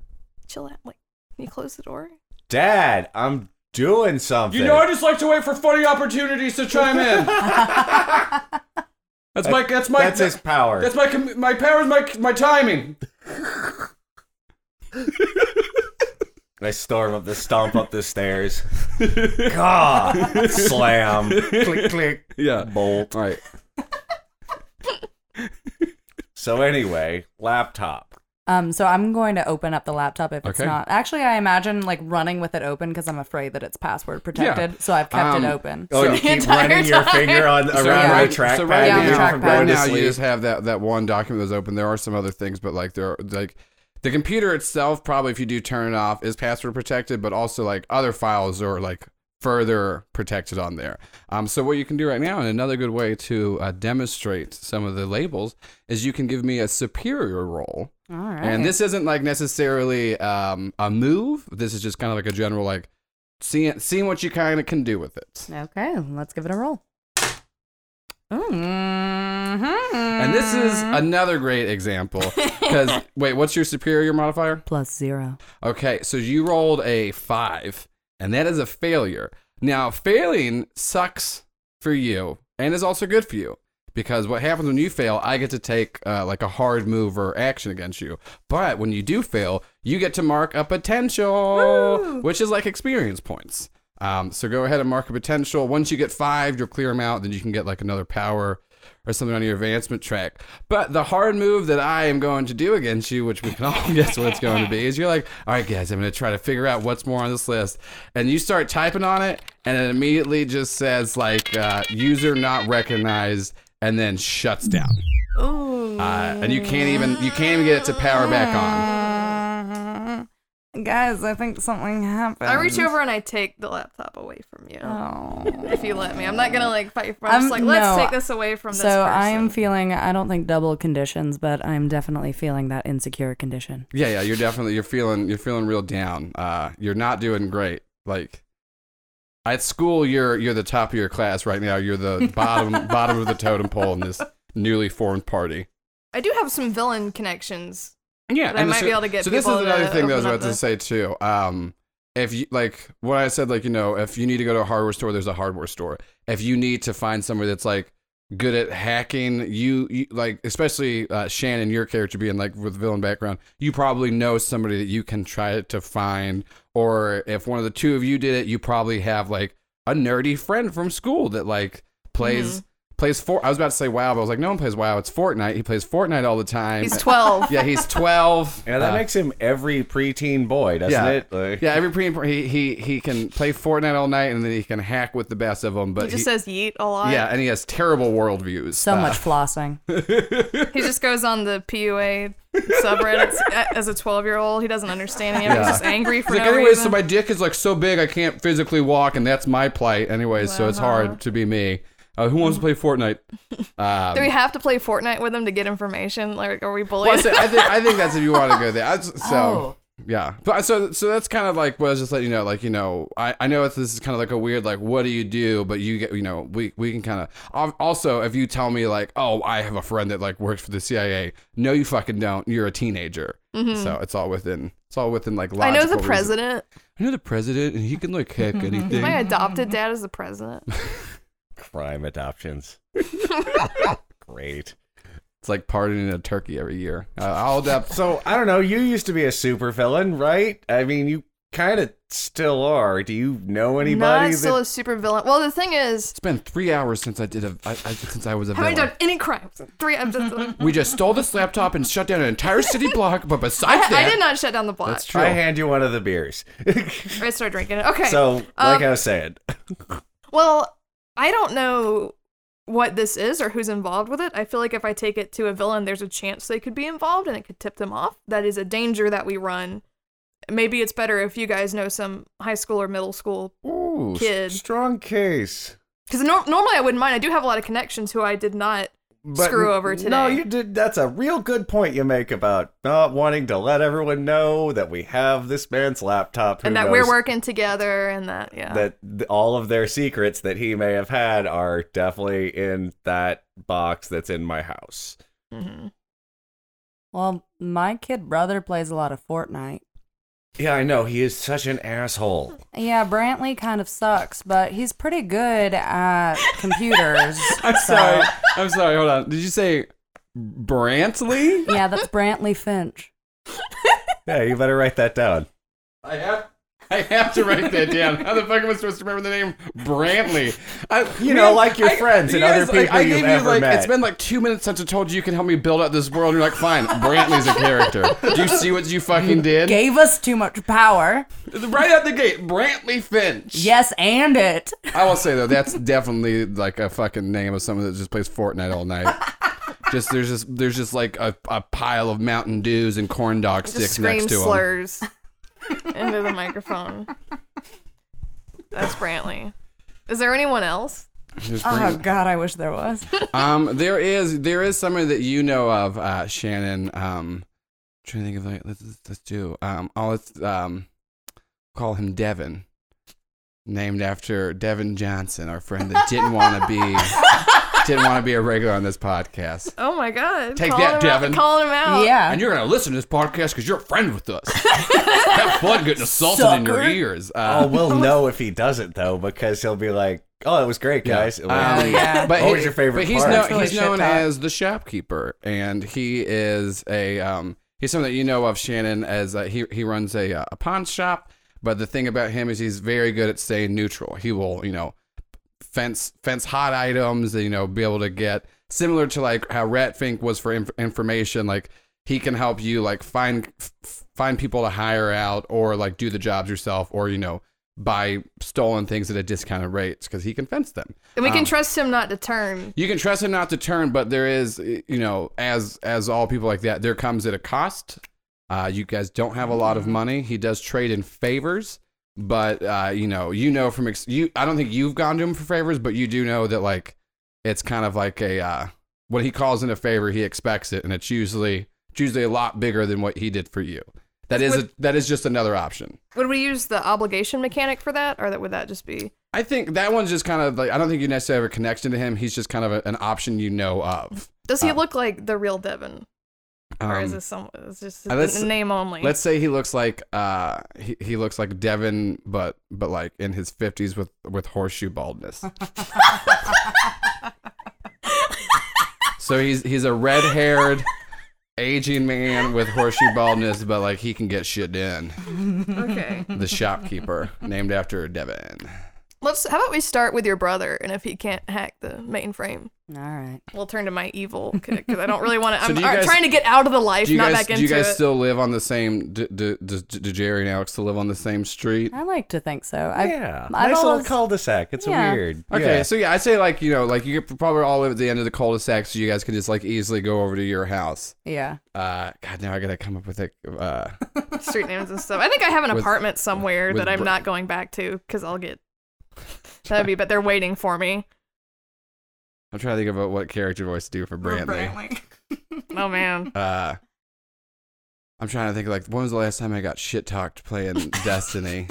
chill out? Like, can you close the door? Dad, I'm doing something. just like to wait for funny opportunities to chime in. That's my. That's my. That's his power. my. com- My powers. My. My timing. I storm up the stomp up the stairs. God, slam, click, click, Yeah. bolt. All right. So anyway, laptop. Um, so I'm going to open up the laptop if it's Okay. not. Actually, I imagine like running with it open because I'm afraid that it's password protected. So I've kept Um, it open. Oh, So- you keep entire running your time. finger on around my right- trackpad. so right Yeah, to the keep it from trackpad. going right to now you sleep. just have that that one document that's open. There are some other things, but like there are like the computer itself probably if you do turn it off is password protected, but also like other files are like further protected on there. Um, so what you can do right now, and another good way to uh, demonstrate some of the labels is you can give me a superior role. All right. And this isn't like necessarily um, a move. This is just kind of like a general like seeing seeing what you kind of can do with it. Okay, let's give it a roll. hmm And And this is another great example because wait, what's your superior modifier? plus zero. Okay, so you rolled a five, and that is a failure. Now, failing sucks for you, and is also good for you because what happens when you fail, I get to take uh, like a hard move or action against you. But when you do fail, you get to mark a potential, which is like experience points. Um, so go ahead and mark a potential. Once you get five, you'll clear them out. Then you can get like another power or something on your advancement track. But the hard move that I am going to do against you, which we can all guess what it's going to be, is you're like, all right, guys, I'm going to try to figure out what's more on this list. And you start typing on it, and it immediately just says, like, uh, user not recognized, and then shuts down. Ooh. Uh, and you can't even you can't even get it to power back on. Guys, I think something happened. I reach over and I take the laptop away from you. Oh. If you let me, I'm not gonna like fight. For, I'm, just Um, like, let's no. take this away from this. So I am person. feeling, I don't think double conditions, but I'm definitely feeling that insecure condition. Yeah, yeah, you're definitely you're feeling you're feeling real down. Uh, you're not doing great. Like at school, you're you're the top of your class right now. You're the bottom bottom of the totem pole in this newly formed party. I do have some villain connections. Yeah, But I might be able to get So this is people to another thing that I was open up about to the- say too. Um, if you like what I said, like you know, if you need to go to a hardware store, there's a hardware store. If you need to find somebody that's like good at hacking, you, you like especially uh, Shannon, your character being like with villain background, you probably know somebody that you can try to find. Or if one of the two of you did it, you probably have like a nerdy friend from school that like plays. Mm-hmm. Plays for I was about to say WoW, but I was like, no one plays WoW. It's Fortnite. He plays Fortnite all the time. He's 12. Yeah, he's 12. Yeah, that Uh, makes him every preteen boy, doesn't yeah. it? Like, Yeah, every pre he, he he can play Fortnite all night and then he can hack with the best of them. But he just he- says yeet a lot. yeah, and he has terrible world views. So Uh, much flossing. He just goes on the PUA subreddits a- as a 12 year old. He doesn't understand any of it. He's Yeah. just angry for He's like, no anyways, reason. so my dick is like so big I can't physically walk, and that's my plight. Anyways, so it's Wow. hard to be me. Uh, who wants to play Fortnite? Um, do we have to play Fortnite with him to get information? Like, are we well, I, bullied? said- I think I think that's if you want to go there. I s- so. Oh. Yeah, but so so that's kind of like what I was just letting you know. Like you know, I, I know it's, this is kind of like a weird like what do you do? But you get you know we we can kind of also if you tell me like oh I have a friend that like works for the CIA. No, you fucking don't. You're a teenager. So it's all within it's all within like Mm-hmm. I logical. know the reason. president. I know the president, and he can like hack anything. My adopted dad is the president. crime adoptions. Great. It's like pardoning a turkey every year. Uh, I'll adapt. So I don't know. You used to be a supervillain, right? I mean, you kind of still are. Do you know anybody Not still that a super villain. Well, the thing is, It's been three hours since I did a I, I, since I was a haven't villain. done any crimes. Three. I'm just, I, we just stole this laptop and shut down an entire city block. But besides that, I did not shut down the block. That's true. I hand you one of the beers? I started drinking it. Okay. So, like Um, I was saying, Well, I don't know what this is or who's involved with it. I feel like if I take it to a villain, there's a chance they could be involved and it could tip them off. That is a danger that we run. Maybe it's better if you guys know some high school or middle school. ooh, s- Kid. strong case. Because nor normally I wouldn't mind. I do have a lot of connections who I did not. But Screw n- over No, today. you did. That's a real good point you make about not wanting to let everyone know that we have this man's laptop who and that knows we're working together and that, yeah. That th- all of their secrets that he may have had are definitely in that box that's in my house. hmm Well, my kid brother plays a lot of Fortnite. Yeah, I know. He is such an asshole. Yeah, Brantley kind of sucks, but he's pretty good at computers. I'm so- sorry. I'm sorry. Hold on. Did you say Brantley? Yeah, that's Brantley Finch. Yeah, you better write that down. I have. I have to write that down. How the fuck am I supposed to remember the name Brantley? I, You know, like your friends and other people I you've gave you ever like met. it's been like two minutes since I told you you can help me build out this world. And you're like, fine, Brantley's a character. Do you see what you fucking did? Gave us too much power. Right out the gate, Brantley Finch. Yes, and it. I will say though, that's definitely like a fucking name of someone that just plays Fortnite all night. Just there's just there's just like a, a pile of Mountain Dews and corn dog Just sticks scream next to him. slurs into the microphone. That's Brantley. Is there anyone else? Just Uh-huh. Oh, bring- God, I wish there was. um, there is there is someone that you know of, uh, Shannon. Um, trying to think of like let's let's- let's do. Um, oh, let's um, call him Devin, named after Devin Johnson, our friend that didn't want to be didn't want to be a regular on this podcast. Oh my God. Take Calling that, him out- Devin. Calling him out. Yeah. and you're gonna listen to this podcast because you're a friend with us. Have fun getting assaulted in your Sucker. ears. Oh, Uh, we'll know if he doesn't though, because he'll be like, "Oh, it was great, guys." It was Oh, Um, really- yeah. But What he- was your favorite But he's, part? known- It's really he's shit known talk. as the shopkeeper, and he is a um, he's someone that you know of, Shannon. As uh, he he runs a uh, a pawn shop. But the thing about him is he's very good at staying neutral. He will you know fence fence hot items. You know, be able to get similar to like how Ratfink was for inf- information. Like he can help you like find f- find people to hire out or like do the jobs yourself or you know buy stolen things at a discounted rates because he can fence them. And we can Um, trust him not to turn. You can trust him not to turn, but there is, you know, as as all people like that, there comes at a cost. Uh, you guys don't have a lot Mm-hmm. of money. He does trade in favors, but uh, you know, you know from ex- you. I don't think you've gone to him for favors, but you do know that like it's kind of like a uh, what he calls in a favor, he expects it, and it's usually it's usually a lot bigger than what he did for you. That is a, that is just another option. Would we use the obligation mechanic for that, or that would that just be? I think that one's just kind of like I don't think you necessarily have a connection to him. He's just kind of a, an option you know of. Does he Uh, look like the real Devin, or Um, is this some? Is this uh, let's- a name only? Let's say he looks like uh he, he looks like Devin, but but like in his fifties with with horseshoe baldness. so he's he's a red haired aging man with horseshoe baldness, but like he can get shit in. okay. The shopkeeper named after Devin. Let's. How about we start with your brother, and if he can't hack the mainframe, All right. we'll turn to my evil kid because I don't really want to. I'm do you I'm guys- trying to get out of the life, Do you guys not back do into you guys it. still live on the same? Do, do, do, do Jerry and Alex still live on the same street? I like to think so. I, yeah, I've nice little always- cul-de-sac. It's Yeah. weird. Okay, Yeah. so yeah, I'd say like you know, like you could probably all live at the end of the cul-de-sac, so you guys can just like easily go over to your house. Yeah. Uh, God, now I gotta come up with a. Uh, street names and stuff. I think I have an With- apartment somewhere with that I'm br- not going back to because I'll get. That'd be, but they're waiting for me. I'm trying to think about what character voice to do for Brantley. Oh man, Uh, I'm trying to think like when was the last time I got shit talked playing Destiny?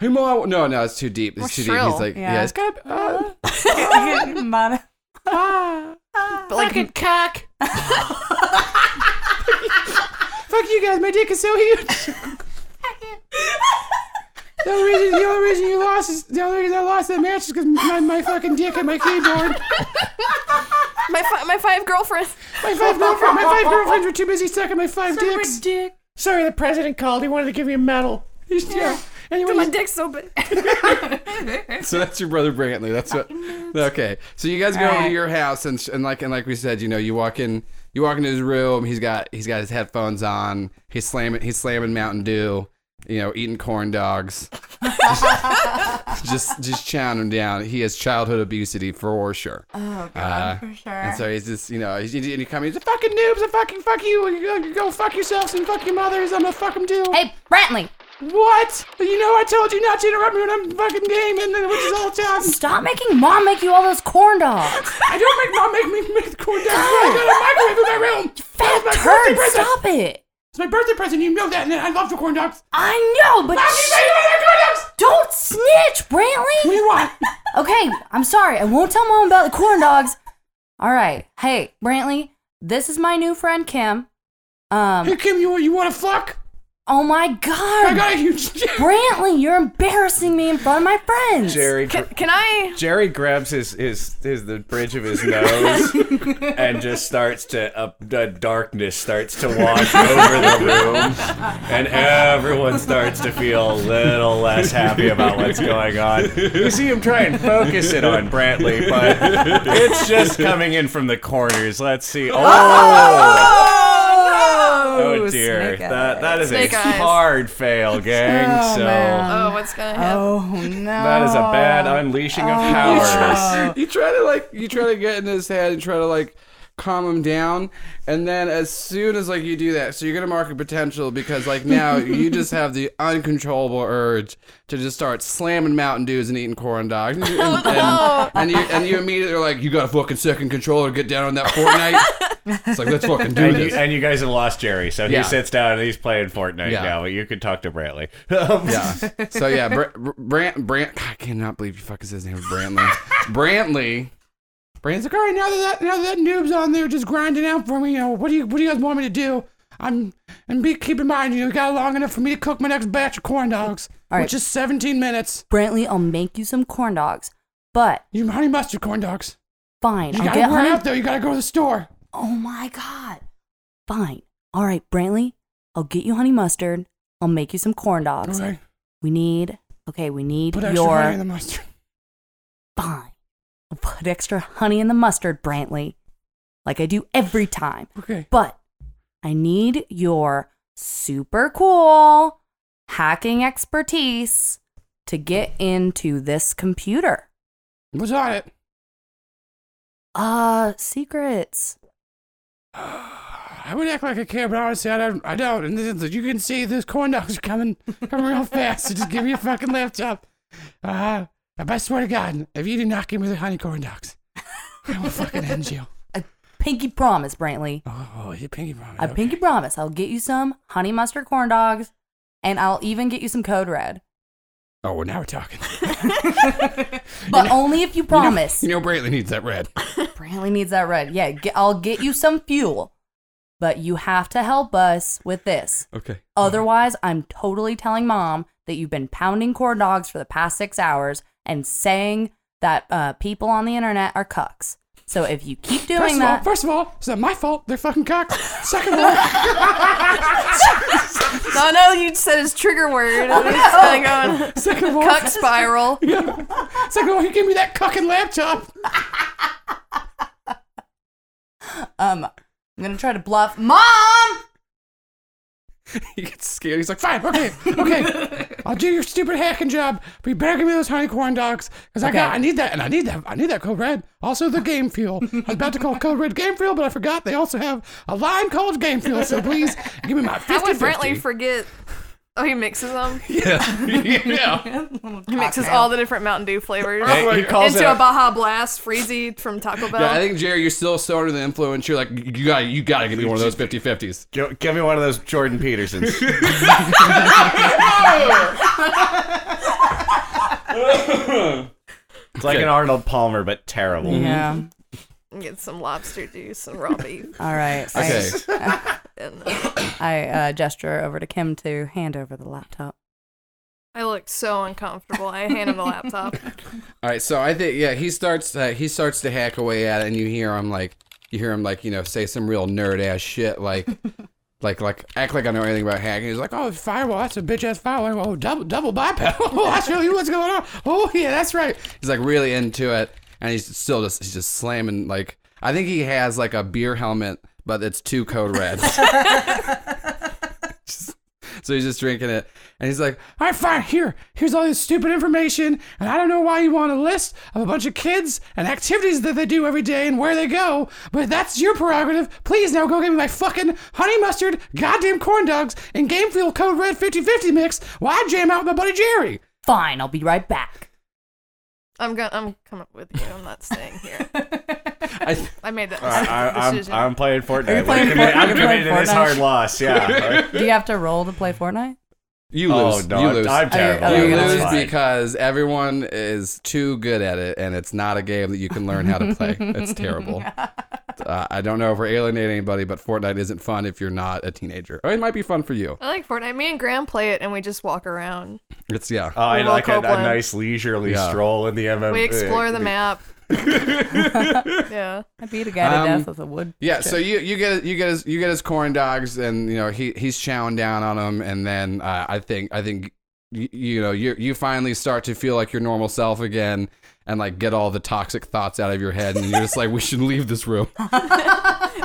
Who more? No, no, it's too deep. More It's too deep. shrill. He's like, yeah, Yeah. it's got. Uh, Mon- but like you, cock. Fuck you guys, my dick is so huge. The only reason, the only reason you lost is the only reason I lost that match is because my, my fucking dick and my keyboard. my fi- my five girlfriends. My five girlfriends, my five girlfriends were too busy sucking my five dicks. dick. Sorry, the president called. He wanted to give me a medal. He's, yeah. Anyway, My he's- dick's so big. So that's your brother Brantley. That's what. Okay. So you guys go All right. to your house and sh- and like and like we said, you know, you walk in, you walk into his room. He's got he's got his headphones on. He's slamming he's slamming Mountain Dew. You know, eating corn dogs. just just chowing him down. He has childhood obesity for sure. Oh god, Uh, for And sure. so he's just, you know, he's, and he comes, he's a fucking noobs, a fucking fuck you, you go- you go fuck yourselves and fuck your mothers, I'm gonna fuck them too. Hey, Brantley, What? You know, I told you not to interrupt me when I'm fucking gaming, and which is all the time. stop making mom make you all those corn dogs. I don't make mom make me make corn dogs. I got a microwave in my room. It's Fat my birthday turd, present. stop it. It's my birthday present. You know that, and I love the corn dogs. I know, but Mommy, sh- why you want my corn dogs? don't snitch, What do Brantley. you want? Okay, I'm sorry. I won't tell mom about the corn dogs. All right. Hey, Brantley, this is my new friend Kim. Um, Hey Kim, you you want to fuck? oh my I god. got a huge. Brantley, you're embarrassing me in front of my friends. Jerry. Can, can I? Jerry grabs his, his, his the bridge of his nose and just starts to uh, the darkness starts to wash over the room and everyone starts to feel a little less happy about what's going on. You see him try and focus it on Brantley, but it's just coming in from the corners. Let's see. Oh, Oh, oh dear. snake That that is Snake a eyes. hard fail, gang. Oh, so man. Oh, what's gonna happen? Oh no. that is a bad unleashing of powers. you try to like you try to get in his head and try to like calm him down and then as soon as like you do that so you're gonna mark a potential because like now you just have the uncontrollable urge to just start slamming mountain dews and eating corn dogs and, and, and, you and you immediately are like you got a fucking second controller get down on that fortnite it's like let's fucking do And you, this and you guys have lost Jerry, so Yeah. he sits down and he's playing Fortnite Yeah. now. But you can talk to Brantley. Um, yeah. So yeah, Brant, Brant, Brant I cannot believe you fucking said his name was Brantley. Brantley. Brant's like, all right, now that now that noob's on there just grinding out for me, you know, what do you what do you guys want me to do? I'm and be keep in mind, you know, we got long enough for me to cook my next batch of corn dogs, All right. which is 17 minutes. Brantley, I'll make you some corn dogs. But You honey mustard corn dogs. fine, You I'll gotta get run honey. out though. You gotta go to the store. Oh my god. Fine. All right, Brantley, I'll get you honey mustard. I'll make you some corn dogs. Okay, We need okay, we need put extra your honey in the mustard. fine. I'll put extra honey in the mustard, Brantley. Like I do every time. Okay. But I need your super cool hacking expertise to get into this computer. What's on it? Uh, secrets. I would act like I care, but honestly, I don't. I don't. And this, you can see those corn dogs are coming, coming real fast. So just give me a fucking laptop. Uh, but I swear to God, if you do not give me the honey corn dogs, I will fucking end you. Pinky promise, Brantley. Oh, oh you pinky promise. I pinky promise. I'll get you some honey mustard corn dogs, and I'll even get you some code red. Oh, well, now we're talking. But only if you promise. You know, Brantley needs that red. Brantley needs that red. Yeah, get, I'll get you some fuel, but you have to help us with this. Okay. Oh, Otherwise, I'm totally telling mom that you've been pounding corn dogs for the past six hours and saying that uh, people on the internet are cucks. So if you keep doing First of, all, that, first of all, it's not my fault. They're fucking cocks. Second of all, No, no, you said his trigger word. And it's kinda going, second of all, cuck spiral. second of all, you give me that fucking laptop. um, I'm gonna try to bluff mom. He gets scared. He's like, fine, okay, okay. I'll do your stupid hacking job, but you better give me those honey corn dogs because I got, Okay. I need that, and I need that, I need that code red. Also, the game fuel. I was about to call code red game fuel, but I forgot they also have a line called game fuel. So please give me my fifty. How would Brantley forget? Oh, he mixes them. yeah. He mixes all the different Mountain Dew flavors Hey, he calls it into a- a Baja Blast Freezy from Taco Bell. think Jerry, you're still so under the influence. You're like, you got, you got to give me one of those 50-50s. Give, give me one of those Jordan Petersons. it's like an Arnold Palmer, but terrible. Mm-hmm. Yeah. Get some lobster juice and raw beef. All right. so Okay. And I uh, gesture over to Kim to hand over the laptop. I look so uncomfortable. I hand him the laptop. All right, so I think yeah, he starts uh, he starts to hack away at it, and you hear him like you hear him like you know say some real nerd ass shit like like like act like I know anything about hacking. He's like, oh, firewall, that's a bitch ass firewall. Oh, double double bypass. Oh, I show you what's going on. Oh yeah, that's right. He's like really into it, and he's still just he's just slamming like I think he has like a beer helmet, but it's two code reds. Just- So he's just drinking it, and he's like, "All right, fine. Here, here's all this stupid information, and I don't know why you want a list of a bunch of kids and activities that they do every day and where they go, but that's your prerogative. Please now go get me my fucking honey mustard, goddamn corn dogs, and game fuel code red 50-50 mix. Why jam out with my buddy Jerry?" Fine, I'll be right back. I'm gonna. I'm coming with you. I'm not staying here. I, I made that I, I, I'm, decision. I'm playing Fortnite. We're playing commi- Fortnite? I'm You're committed to playing this Fortnite? hard loss. Yeah. Do you have to roll to play Fortnite? you oh lose. no, you I'm- lose. I'm terrible. Oh, at it. yeah, you that's lose It's fine. because everyone is too good at it, and it's not a game that you can learn how to play. It's terrible. Uh, I don't know if we're alienating anybody, but Fortnite isn't fun if you're not a teenager. Or it might be fun for you. I like Fortnite. Me and Graham play it, and we just walk around. It's yeah. Oh, I Well, like a, a Copeland. nice leisurely Yeah. stroll in the MM. We explore the uh, map. yeah. I beat a guy to Um, death with a wood. yeah, so you you get you get his you get his corn dogs, and you know he he's chowing down on them, and then uh, I think I think you, you know you you finally start to feel like your normal self again, and like get all the toxic thoughts out of your head, and you're just like, we should leave this room.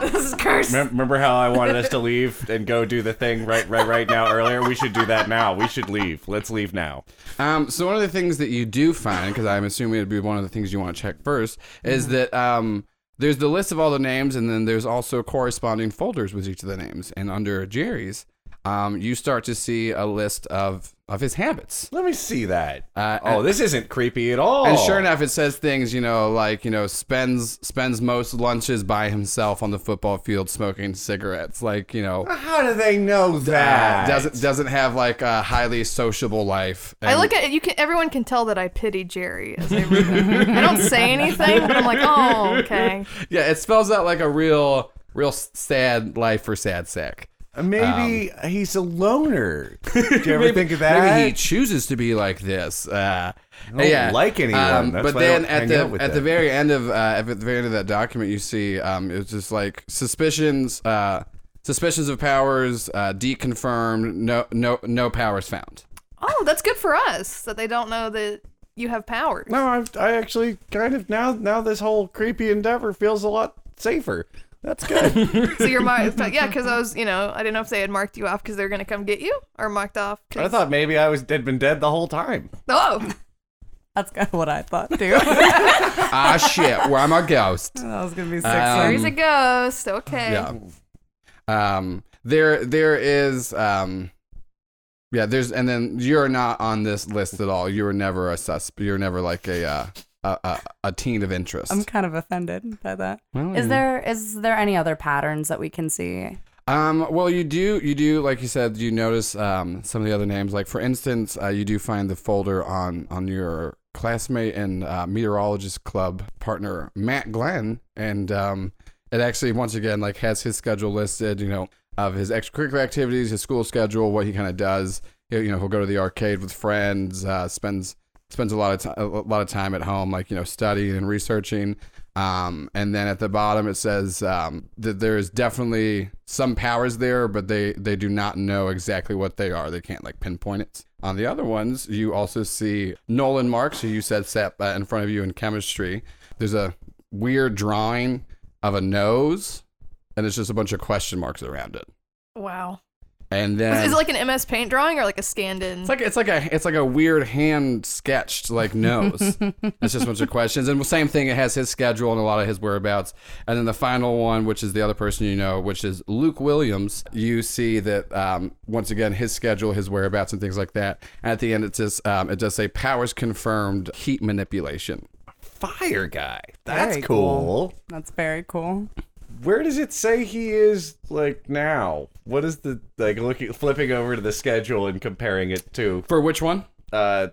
This is cursed. Remem- Remember how I wanted us to leave and go do the thing right, right, right now earlier? We should do that now. We should leave. Let's leave now. Um, so one of the things that you do find, because I'm assuming it'd be one of the things you want to check first, is that um, there's the list of all the names, and then there's also corresponding folders with each of the names. And under Jerry's, um, you start to see a list of of his habits. Let me see that. Uh, oh, this isn't creepy at all. And sure enough, it says things you know, like you know, spends spends most lunches by himself on the football field smoking cigarettes. Like you know, How do they know that? uh, doesn't doesn't have like a highly sociable life. I And- look at you. Can everyone can tell that I pity Jerry as I read it. I don't say anything, but I'm like, oh, okay. Yeah, it spells out like a real, real s- sad life for sad sack. Maybe he's a loner. Do you ever think of that? um, Maybe he chooses to be like this. Uh, don't yeah. um, like anyone. That's but why I then don't at hang the out with at the them. very end of uh, at the very end of that document, you see um, it was just like suspicions, uh, suspicions of powers uh, deconfirmed. No, no, no powers found. Oh, that's good for us that they don't know that you have powers. No, I, I actually kind of now now this whole creepy endeavor feels a lot safer. That's good. So you're marked. Yeah, because I was, you know, I didn't know if they had marked you off because they were gonna come get you or marked off. 'cause- I thought maybe I was had been dead the whole time. Oh, That's kind of what I thought too. ah, shit. Where am I, ghost? that was gonna be sexy. Um, Jerry's a ghost. Okay. Yeah. Um there there is um yeah, there's and then you're not on this list at all. You were never a sus you're never like a uh a, a, a teen of interest. I'm kind of offended by that. Well, Is yeah. there is there any other patterns that we can see? Um well you do you do like you said you notice um some of the other names like for instance uh, you do find the folder on on your classmate and uh, meteorologist club partner Matt Glenn and um it actually once again like has his schedule listed you know of his extracurricular activities his school schedule what he kind of does He'll- you know he'll go to the arcade with friends uh, spends spends a lot of time a lot of time at home like you know studying and researching um, and then at the bottom it says um, that there is definitely some powers there but they they do not know exactly what they are they can't like pinpoint it on the other ones you also see nolan marks who you said sat uh, in front of you in chemistry there's a weird drawing of a nose and it's just a bunch of question marks around it Wow. and Is, then is it like an MS Paint drawing or like a scanned in? it's like it's like a it's like a weird hand sketched like nose. it's just a bunch of questions, and same thing. It has his schedule and a lot of his whereabouts, and then the final one, which is the other person you know, which is Luke Williams. You see that um, once again his schedule, his whereabouts, and things like that. And at the end, it says um, it does say powers confirmed, heat manipulation. Fire guy. That's Very cool. cool. That's very cool. Where does it say he is like now? What is the like looking flipping over to the schedule and comparing it to For which one? uh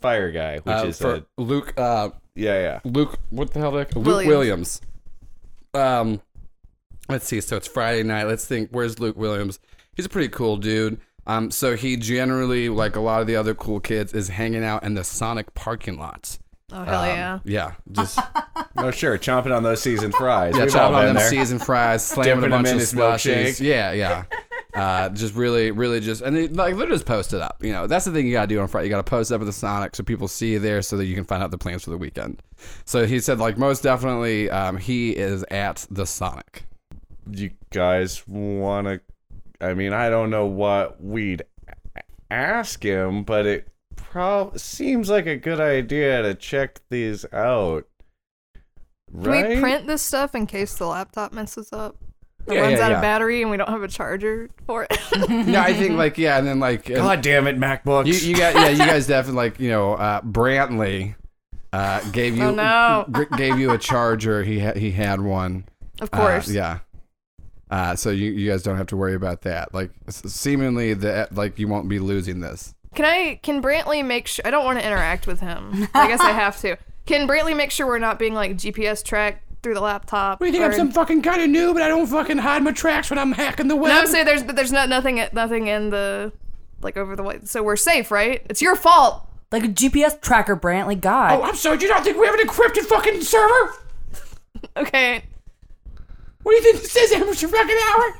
fire guy, which Uh, is for a, Luke. Uh, yeah yeah. Luke, what the hell? Did I, Luke Williams. Williams. Um, let's see. So it's Friday night. Let's think. Where's Luke Williams? He's a pretty cool dude. Um, so he generally, like a lot of the other cool kids, is hanging out in the Sonic parking lots. oh Um, hell yeah. Yeah, just Oh sure, chomping on those seasoned fries. yeah, We've chopping all on been them there. seasoned fries, slamming Dipping a bunch them in of his slushies. milkshake. Yeah, yeah. Uh, just really, really just, and they, like, literally just post it up. You know, that's the thing you got to do on Friday. You got to post it up at the Sonic so people see you there so that you can find out the plans for the weekend. So he said, like, most definitely, um, he is at the Sonic. you guys want to i mean i don't know what we'd a- ask him but it prob seems like a good idea to check these out Do right we print this stuff in case the laptop messes up? It Yeah, runs yeah, out yeah. of battery and we don't have a charger for it. yeah, I think, like, yeah, and then, like, and- god damn it macbooks You, you got yeah. You guys definitely like you know uh, Brantley uh, gave you Oh, no. gr- gave you a charger. He ha- he had one. of Uh, course. yeah. Uh, so you, you guys don't have to worry about that. Like s- seemingly that like you won't be losing this. Can I? Can Brantley make sure? I don't want to interact with him. I guess I have to. Can Brantley make sure we're not being like GPS tracked through the laptop? or- fucking kind of new? But I don't fucking hide my tracks when I'm hacking the web. No, I'm saying there's but there's not nothing nothing in the like over the white. So we're safe, right? It's your fault. Like a GPS tracker, Brantley. God. Oh, I'm sorry. You don't think we have an encrypted fucking server? Okay. What do you think this is, amateur fucking hour?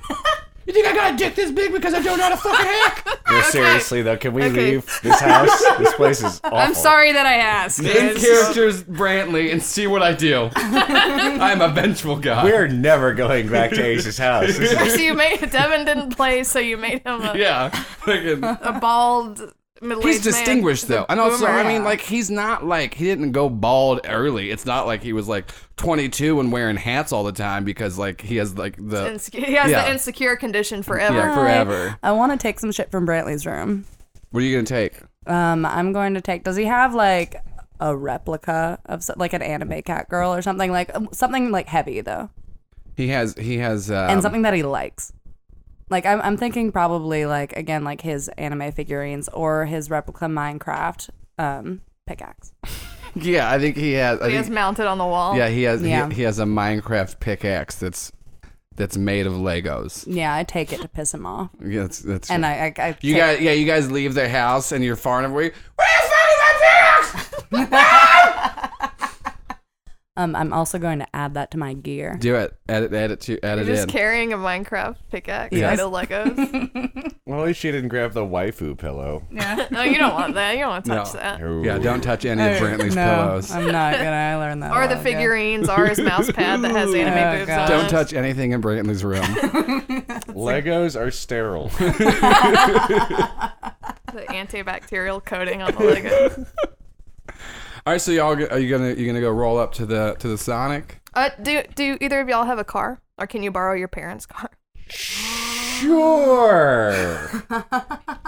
You think I got a dick this big because I don't know how to fucking hack? Yeah, seriously though can we Okay. leave this house this place is awful I'm sorry that I asked. In guys. characters, Brantley, and see what I do. I'm a vengeful guy. we're never going back to ace's house This is- so you made Devin didn't play, so you made him a, yeah. Fucking- a bald middle-aged He's man. distinguished though, and also I boomer. mean, like he's not like he didn't go bald early. It's not like he was like 22 and wearing hats all the time because like he has like the Inse- he has Uh, Yeah. the insecure condition forever. yeah forever. I want to take some shit from Brantley's room. What are you gonna take? Um, I'm going to take. Does he have like a replica of so- like an anime cat girl or something like um, something like heavy though, He has he has um, and something that he likes? Like I'm, I'm thinking probably like again like his anime figurines or his replica Minecraft um pickaxe. Yeah, I think he has. I He think, has mounted on the wall. yeah, he has. Yeah. He, he has a Minecraft pickaxe that's that's made of Legos. Yeah, I take it to piss him off, Yeah, that's, that's and I I, I You take- guys, yeah, you guys leave the house and you're far enough away. Where the fuck is my pants? um I'm also going to add that to my gear. Do it. Add it. Add it to. Add You're it just in. carrying a Minecraft pickaxe Yes. made of Legos. well at least she didn't grab the waifu pillow no, you don't want that. You don't want to touch No. that. yeah, don't touch any of Brantley's no, pillows. I'm not gonna. I learned that. a Or the while ago. figurines, or his mouse pad that has anime Oh, boobs God. on Don't it. touch anything in Brantley's room. legos are sterile The antibacterial coating on the Lego. All right, so y'all go- are you gonna you gonna go roll up to the to the Sonic? uh, do do either of y'all have a car, or can you borrow your parents' car? sure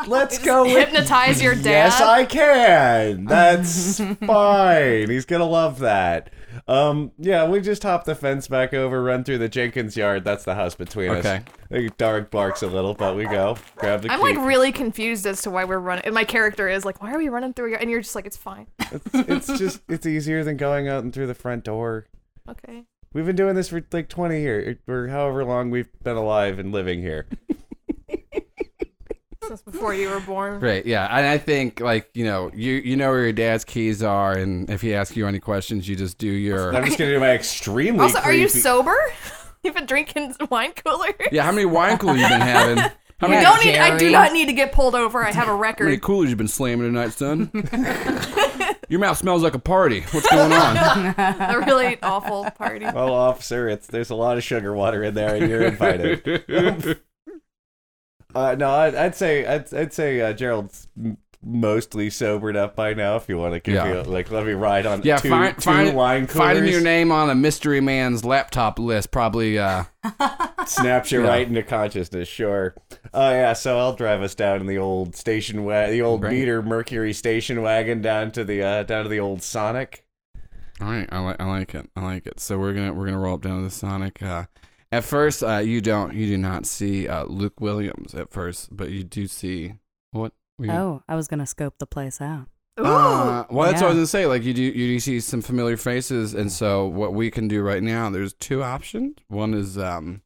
let's Oh, go with Hypnotize your dad. Yes, I can. That's fine. He's gonna love that. Um, yeah, we just hop the fence back over, run through the Jenkins yard. That's the house between Okay. us. The dog barks a little, but we go grab the I'm key. like really confused as to why we're running. And my character is like, why are we running through? Your-? And you're just like, it's fine. it's, it's just it's easier than going out and through the front door. Okay. We've been doing this for like 20 years, or however long we've been alive and living here. Since before you were born. Great, yeah, and I think like you know you you know where your dad's keys are, and if he asks you any questions, you just do I'm your. just gonna do my extremely. Also, are you creepy- sober? You've been drinking wine cooler. Yeah, how many wine coolers you been having? How We many, Don't need. I do Jerry. not need to get pulled over. I have a how many record. coolers you been slamming tonight, son? your mouth smells like a party. What's going on? a really awful party. Well, officer, it's there's a lot of sugar water in there, and you're invited. uh, no, I'd, I'd say I'd, I'd say uh, Gerald's m- mostly sobered up by now. If you want to give Yeah. me a- like, let me ride on Yeah, two, find, two find, wine coolers, finding your name on a mystery man's laptop list probably. Uh, snaps you Yeah. right into consciousness. Sure. Oh yeah, so I'll drive us down in the old station wa- the old Right. meter Mercury station wagon down to the uh, down to the old Sonic. all right, I like, I like it, I like it. So we're gonna we're gonna roll up down to the Sonic. Uh, at first, uh, you don't you do not see uh, Luke Williams at first, but you do see what. were you- Oh, I was gonna scope the place out. Ooh. Uh, well, that's what I was Yeah. gonna say. Like you do, you do see some familiar faces, and so what we can do right now, there's two options. One is, um,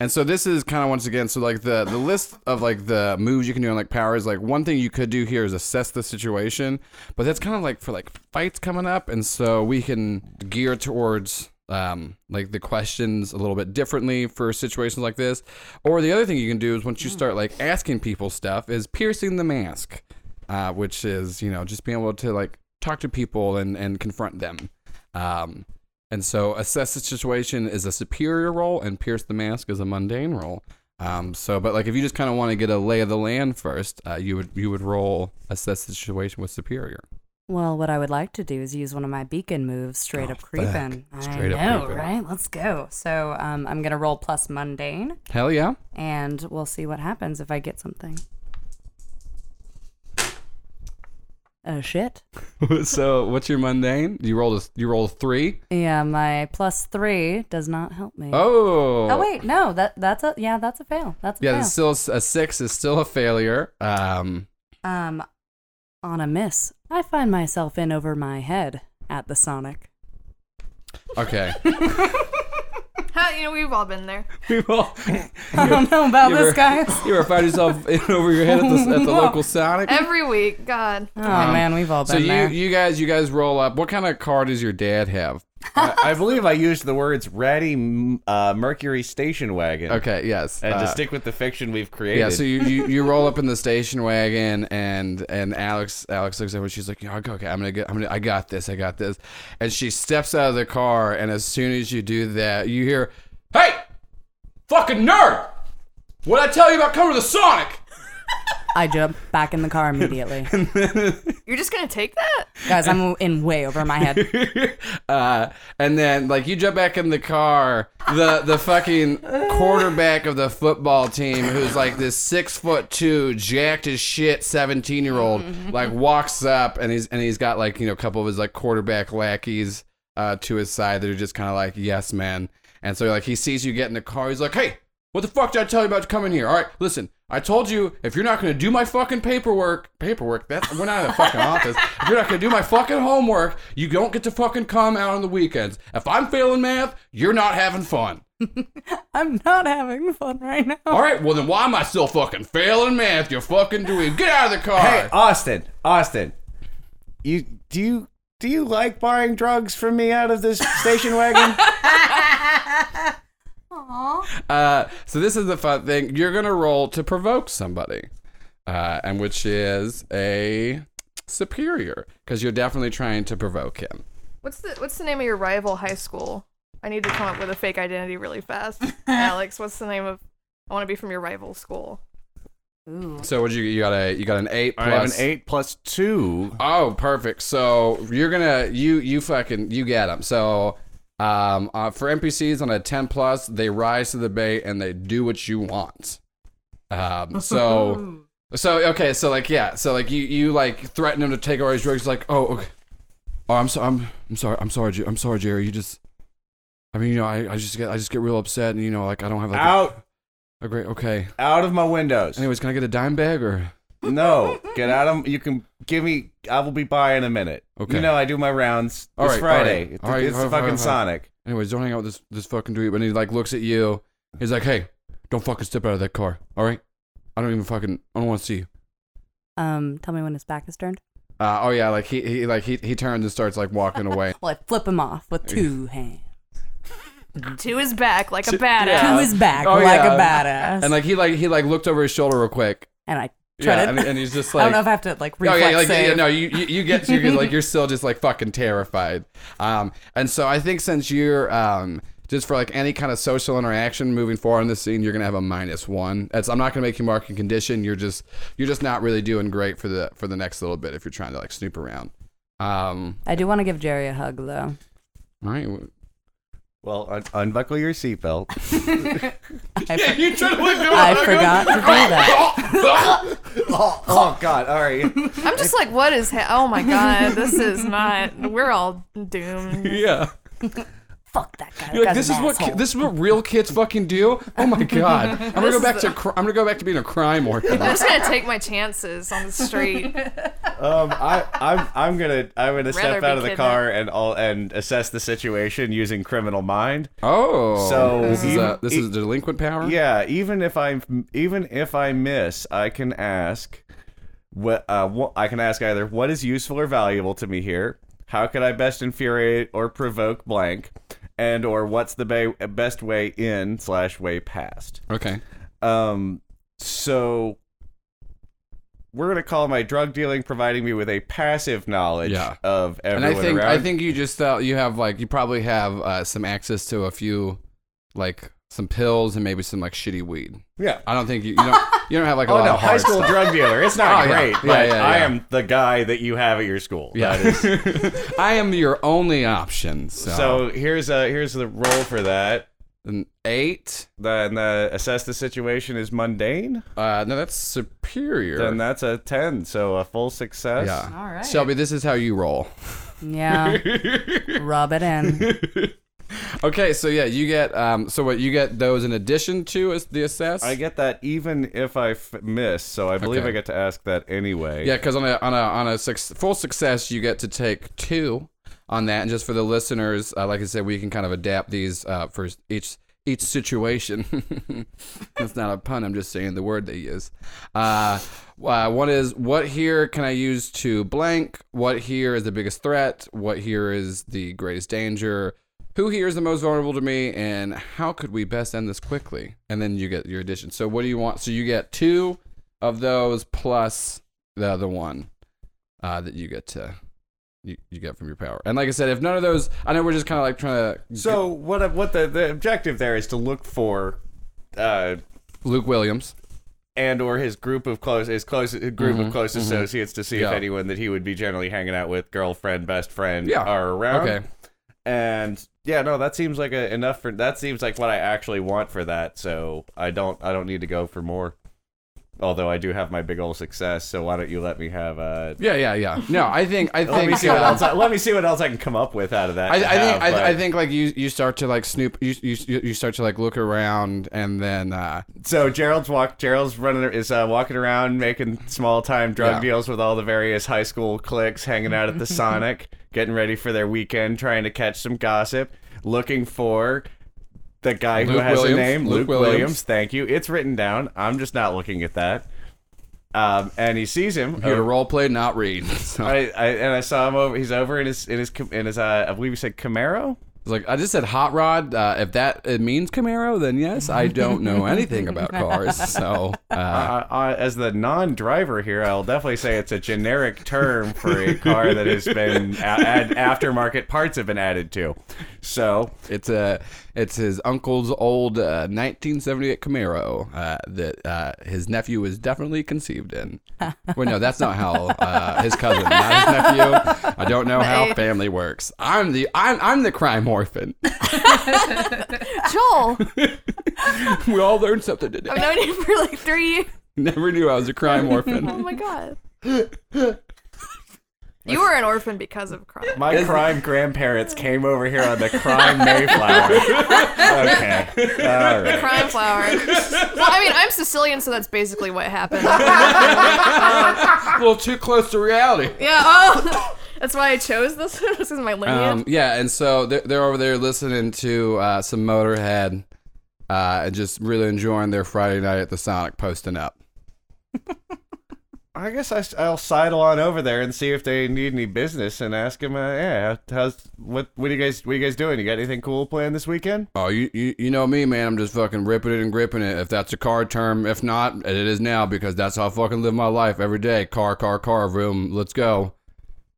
and so this is kind of once again, so like the the list of like the moves you can do and like powers. Like one thing you could do here is assess the situation, but that's kind of like for like fights coming up, and so we can gear towards um, like the questions a little bit differently for situations like this. Or the other thing you can do is once you start like asking people stuff is piercing the mask, uh, which is you know just being able to like talk to people and and confront them. Um, and so assess the situation is a superior role, and pierce the mask is a mundane role. Um, so, but like if you just kind of want to get a lay of the land first, uh, you would you would roll assess the situation with superior. Well, what I would like to do is use one of my beacon moves, straight Oh, up creeping. Straight up I know, creeping. right? Let's go. So um, I'm gonna roll plus mundane, Hell yeah! and we'll see what happens if I get something. Oh shit! so what's your mundane? You rolled a you rolled a three. Yeah, my plus three does not help me. Oh. Oh, wait, no, that that's a yeah, that's a fail. That's a Yeah, fail. that's still a six is still a failure. Um, Um, on a miss, I find myself in over my head at the Sonic. okay. Ha, you know, we've all been there. we will. I don't know about You this, were- guys. You ever find yourself in over your head at the, at the local Sonic? Every week, God. Oh Um, man, we've all been So you there. you guys you guys roll up. What kind of car does your dad have? I, I believe I used the words ratty m- uh, Mercury station wagon. Okay, yes. And uh, to stick with the fiction we've created. Yeah, so you, you, you roll up in the station wagon and and Alex Alex looks at her. She's like, yeah, okay, okay, I'm gonna get, I'm gonna, I got this, I got this, and she steps out of the car. And as soon as you do that, you hear, "Hey, fucking nerd! What I tell you about coming to the Sonic?" I jump back in the car immediately, You're just gonna take that? guys. I'm in way over my head. uh, and then like you jump back in the car, the the fucking quarterback of the football team, who's like this six foot two, jacked as shit, seventeen year old, like walks up and he's and he's got like you know a couple of his like quarterback lackeys uh, to his side that are just kind of like yes man, and so like he sees you get in the car, he's like hey. What the fuck did I tell you about coming here? All right, listen. I told you if you're not gonna do my fucking paperwork, paperwork. That we're not in a fucking office. If you're not gonna do my fucking homework, you don't get to fucking come out on the weekends. If I'm failing math, you're not having fun. I'm not having fun right now. All right, well then why am I still fucking failing math? You're fucking doing. Get out of the car. Hey, Austin, Austin, you do you do you like buying drugs from me out of this station wagon? Uh, so this is the fun thing. You're gonna roll to provoke somebody, uh, and which is a superior because you're definitely trying to provoke him. What's the What's the name of your rival high school? I need to come up with a fake identity really fast. Alex, what's the name of? I want to be from your rival school. Ooh. So what you you got a you got an eight I have an plus- eight plus two. Oh, perfect. So you're gonna you you fucking you get them. So um, uh, for NPCs on a ten plus, they rise to the bait and they do what you want. Um, so so okay, so like yeah, so like you you like threaten him to take away his drugs. Like oh okay, oh I'm so I'm I'm sorry I'm sorry Jer- I'm sorry Jerry. You just I mean you know I, I just get I just get real upset and you know like I don't have like a, Out, a great okay. out of my windows. Anyways, can I get a dime bag or? No, get out of. You can give me. I will be by in a minute. Okay. You know I do my rounds. All it's right, all right, Friday. It's, all right, it's all right, fucking all right. Sonic. Anyways, don't hang out with this this fucking dude. And he like looks at you. He's like, "Hey, don't fucking step out of that car, all right? I don't even fucking I don't want to see you." Um, tell me when his back is turned. Uh, oh yeah, like he, he like he he turns and starts like walking away. Well, I flip him off with two hands. To his back, like a To- badass. yeah. to his back Oh, like yeah. a badass. And like he like he like looked over his shoulder real quick. and I try Yeah, to. and, and he's just I like, don't know if I have to like Oh reflex yeah, like save. yeah, no, you, you you get you like you're still just like fucking terrified. Um, and so I think since you're um just for like any kind of social interaction moving forward in this scene, you're gonna have a minus one. That's I'm not gonna make you mark your condition. You're just you're just not really doing great for the for the next little bit if you're trying to like snoop around. Um, I do want to give Jerry a hug though. all right. Well, un- unbuckle your seatbelt. I, for- You trying to I forgot to do that. oh, oh God! All right. I'm just like, what is? Ha- oh my God, this is not. We're all doomed. Yeah. Fuck that guy. You're like, That this guy's is an what ki- asshole." this is what real kids fucking do. Oh my god! I'm gonna go back to cr- I'm gonna go back to being a crime organization. I'm just gonna take my chances on the street. Um, I, I'm, I'm gonna, I'm gonna Rather step be out of the kidnapped. car and all and assess the situation using criminal mind. Oh, So this is you- a, this is it- delinquent power. Yeah, even if I even if I miss, I can ask what uh, wha- I can ask either what is useful or valuable to me here. How could I best infuriate or provoke blank? and or what's the ba- best way in slash way past. Okay. Um, so we're gonna call my drug dealing providing me with a passive knowledge Yeah. of And everyone I think around. I think you just thought you have like you probably have uh, some access to a few like some pills and maybe some like shitty weed. yeah. I don't think you, you don't you don't have like a Oh lot no, of high hard school stuff. drug dealer. It's not Oh, yeah. great, Yeah, but yeah, I yeah. am the guy that you have at your school. Yeah. That is- I am your only option. So, so here's uh here's the roll for that. an eight. Then the assess the situation is mundane. Uh, no, that's superior. Then that's a ten, so a full success. yeah. All right. Shelby, this is how you roll. Yeah. Rub it in. Okay, so yeah, you get um, so what you get those in addition to is the assess. I get that even if I f- miss, so I believe Okay. I get to ask that anyway. Yeah, because on a on a on a suc full success, you get to take two on that, and just for the listeners, uh, like I said, we can kind of adapt these uh, for each each situation. That's not a pun. I'm just saying the word they use. Uh, uh, one is what here can I use to blank? What here is the biggest threat? What here is the greatest danger? Who here is the most vulnerable to me, and how could we best end this quickly? And then you get your addition. So what do you want? So you get two of those plus the other one uh, that you get to you, you get from your power. And like I said, if none of those, I know we're just kind of like trying to So what what the, the objective there is to look for uh Luke Williams. and or his group of close his close his group of close associates to see Mm-hmm. Yeah. if anyone that he would be generally hanging out with, girlfriend, best friend Yeah. are around. Okay. And yeah, no, that seems like a, enough for that seems like what I actually want for that, so I don't I don't need to go for more. Although I do have my big old success, so why don't you let me have uh Yeah, yeah, yeah. No, I think I let think me see what uh, else I, let me see what else I can come up with out of that. I, to I think have, but- I, I think like you you start to like snoop you you you start to like look around and then uh, So Gerald's walk. Gerald's running is uh, walking around making small time drug Yeah. deals with all the various high school cliques, hanging out at the Sonic, getting ready for their weekend, trying to catch some gossip, looking for the guy who Luke has Williams. a name, Luke Luke, Williams. Williams. Thank you. It's written down. I'm just not looking at that. Um, and he sees him. here role play not read. So I I, I, and I saw him over. He's over in his in his Cam- in his. Uh, I believe he said Camaro. was like I just said hot rod. Uh, if that it means Camaro, then yes, I don't know anything about cars. So uh, uh, uh, as the non-driver here, I'll definitely say it's a generic term for a car that has been a- ad- aftermarket parts have been added to. So It's a it's his uncle's old uh, 1978 Camaro uh, that uh, his nephew was definitely conceived in. well, no, that's not how uh, his cousin, not his nephew. I don't know how family works. I'm the I'm I'm the crime orphan. Joel, we all learned something today. I've known you for like three years. Never knew I was a crime Oh orphan. my god. you were an orphan because of crime. my crime grandparents came over here on the crime Mayflower. okay, all right. Crime flower. Well, I mean, I'm Sicilian, so that's basically what happened. a little too close to reality. yeah. Oh, that's why I chose this. this is my lineage. Um, yeah, and so they're, they're over there listening to uh, some Motorhead uh, and just really enjoying their Friday night at the Sonic posting up. I guess I, will sidle on over there and see if they need any business and ask them. Uh, yeah, how's what? What are you guys? What are you guys doing? You got anything cool planned this weekend? Oh, you, you you know me, man. I'm just fucking ripping it and gripping it. If that's a car term, if not, it is now because that's how I fucking live my life every day. Car, car, car, room. Let's go.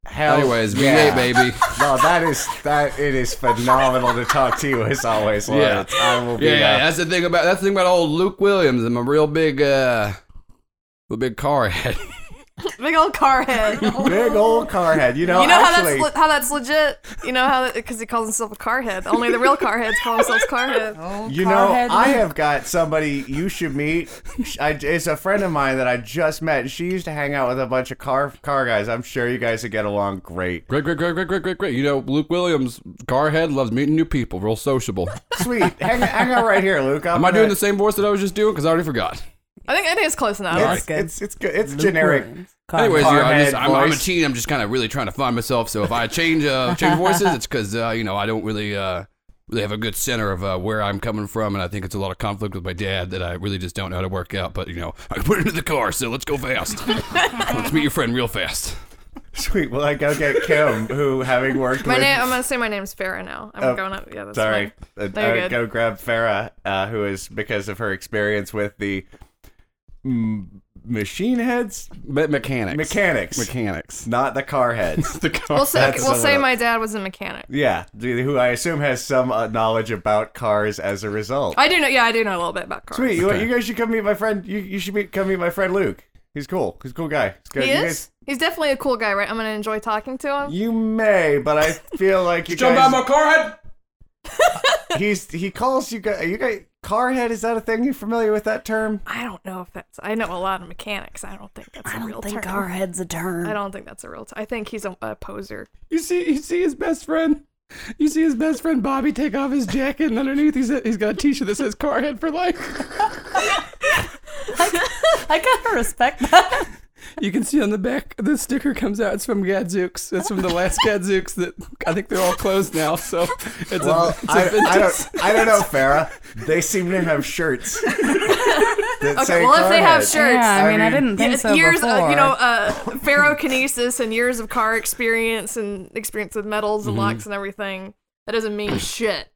Hell, Anyways, V8, yeah. baby. No, that is that. It is phenomenal to talk to you as always, Lawrence. I will be. Yeah, yeah, uh, that's the thing about that's the thing about old Luke Williams. I'm a real big, uh, real big car head. Big old car head. Big old car head. You know, You know actually, how that's le- how that's legit. You know how because he calls himself a car head. Only the real car heads call themselves car heads. you know, I have got somebody you should meet. Sh- I, it's a friend of mine that I just met. She used to hang out with a bunch of car car guys. I'm sure you guys would get along great. Great, great, great, great, great, great, great. You know, Luke Williams, car head, loves meeting new people. Real sociable. Sweet, hang, hang out right here, Luke. I'm Am I gonna- doing the same voice that I was just doing? Because I already forgot. I think I think it's close enough. It's, That's good. it's it's good. It's generic. Car- Anyways, car you know, I head just, I'm, I'm a voice. teen. I'm just kind of really trying to find myself. So if I change uh, change voices, it's because uh, you know I don't really uh, really have a good center of uh, where I'm coming from, and I think it's a lot of conflict with my dad that I really just don't know how to work out. But you know, I put it into the car, so let's go fast. let's meet your friend real fast. Sweet. Well, I go get Kim, who having worked My with. name. I'm gonna say my name's Farah now. I'm Oh, going up. Yeah, that's sorry, uh, No, you're I good. go grab Farah, uh, who is because of her experience with the mm, machine heads, But mechanics. mechanics, Mechanics. not the car heads. The car. We'll say, That's we'll so say rough. my dad was a mechanic. Yeah, d- who I assume has some uh, knowledge about cars as a result. I do know. Yeah, I do know a little bit about cars. Sweet, you, Okay. you guys should come meet my friend. You, you should meet, come meet my friend Luke. He's cool. He's a cool guy. He's good. He you is. guys- He's definitely a cool guy, right? I'm gonna enjoy talking to him. you may, but I feel like you guys. car head. he's he calls you guys. You guys, carhead is that a thing? You familiar with that term? I don't know if that's. I know a lot of mechanics. I don't think that's a I real don't think term. our head's a turn. I don't think that's a real. T- I think he's a, a poser. You see, you see his best friend. You see his best friend Bobby take off his jacket, and underneath he's he's got a T-shirt that says "Car Head for Life." I kind of respect that. You can see on the back the sticker comes out. It's from Gadzooks. It's from the last Gadzooks that I think they're all closed now. So it's a, Well, it's a I, I vintage- don't I don't know, Farah. They seem to have shirts. okay, well, if they have shirts- Yeah, I mean, I I mean- didn't think Yeah, so years, before. of you know, uh, ferrokinesis and years of car experience and experience with metals Mm-hmm. and locks and everything. That doesn't mean shit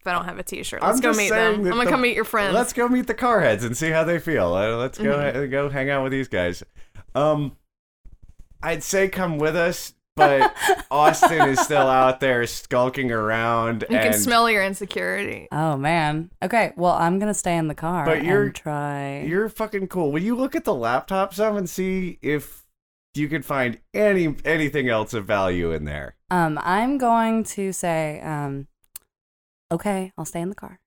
if I don't have a T-shirt. Let's I'm go just meet saying them. that I'm gonna the- come meet your friends. Mm-hmm. Let's go meet the carheads and see how they feel. Uh, let's go ha- go hang out with these guys. Um, I'd say come with us, but Austin is still out there skulking around. you and can smell your insecurity. oh man. Okay. Well, I'm gonna stay in the car But you're- and try. You're fucking cool. Will you look at the laptop some and see if you can find any anything else of value in there? um, I'm going to say, um, okay, I'll stay in the car.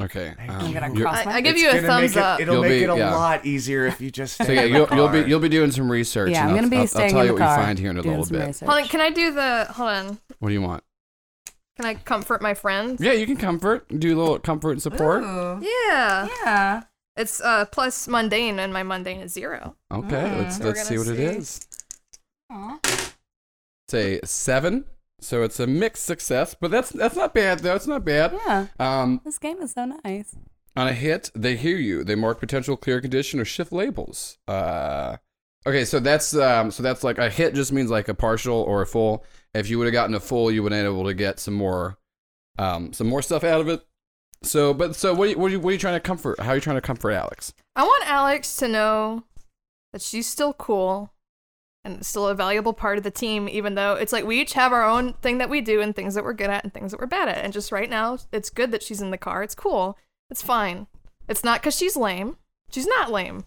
Okay. um, I'm gonna you're- cross I, my. I give It's you a gonna thumbs make it- up. it'll You'll make be- it a yeah. lot easier if you just. Stay So yeah, in the you'll, you'll be car. you'll be doing some research. yeah, and I'm gonna I'll- be I'll, staying I'll tell in you the what car. we find here in a doing little some bit. research. Hold on, can I do the? Hold on, What do you want? can I comfort my friends? Yeah, you can comfort, do a little comfort and support. Ooh. Yeah. Yeah. It's uh plus mundane, and my mundane is zero. Okay, Mm-hmm. let's We're let's see gonna what it see. is. It's a seven, so it's a mixed success, but that's that's not bad though. It's not bad. Yeah. Um, This game is so nice. on a hit, they hear you. They mark potential clear condition or shift labels. Uh, okay, so that's um, so that's like a hit just means like a partial or a full. If you would have gotten a full, you would have been able to get some more, um, some more stuff out of it. So, but so what? Are you, what, are you, what are you trying to comfort? How are you trying to comfort Alex? I want Alex to know that she's still cool and still a valuable part of the team, even though it's like we each have our own thing that we do and things that we're good at and things that we're bad at. And just right now, it's good that she's in the car. It's cool. It's fine. It's not because she's lame. She's not lame.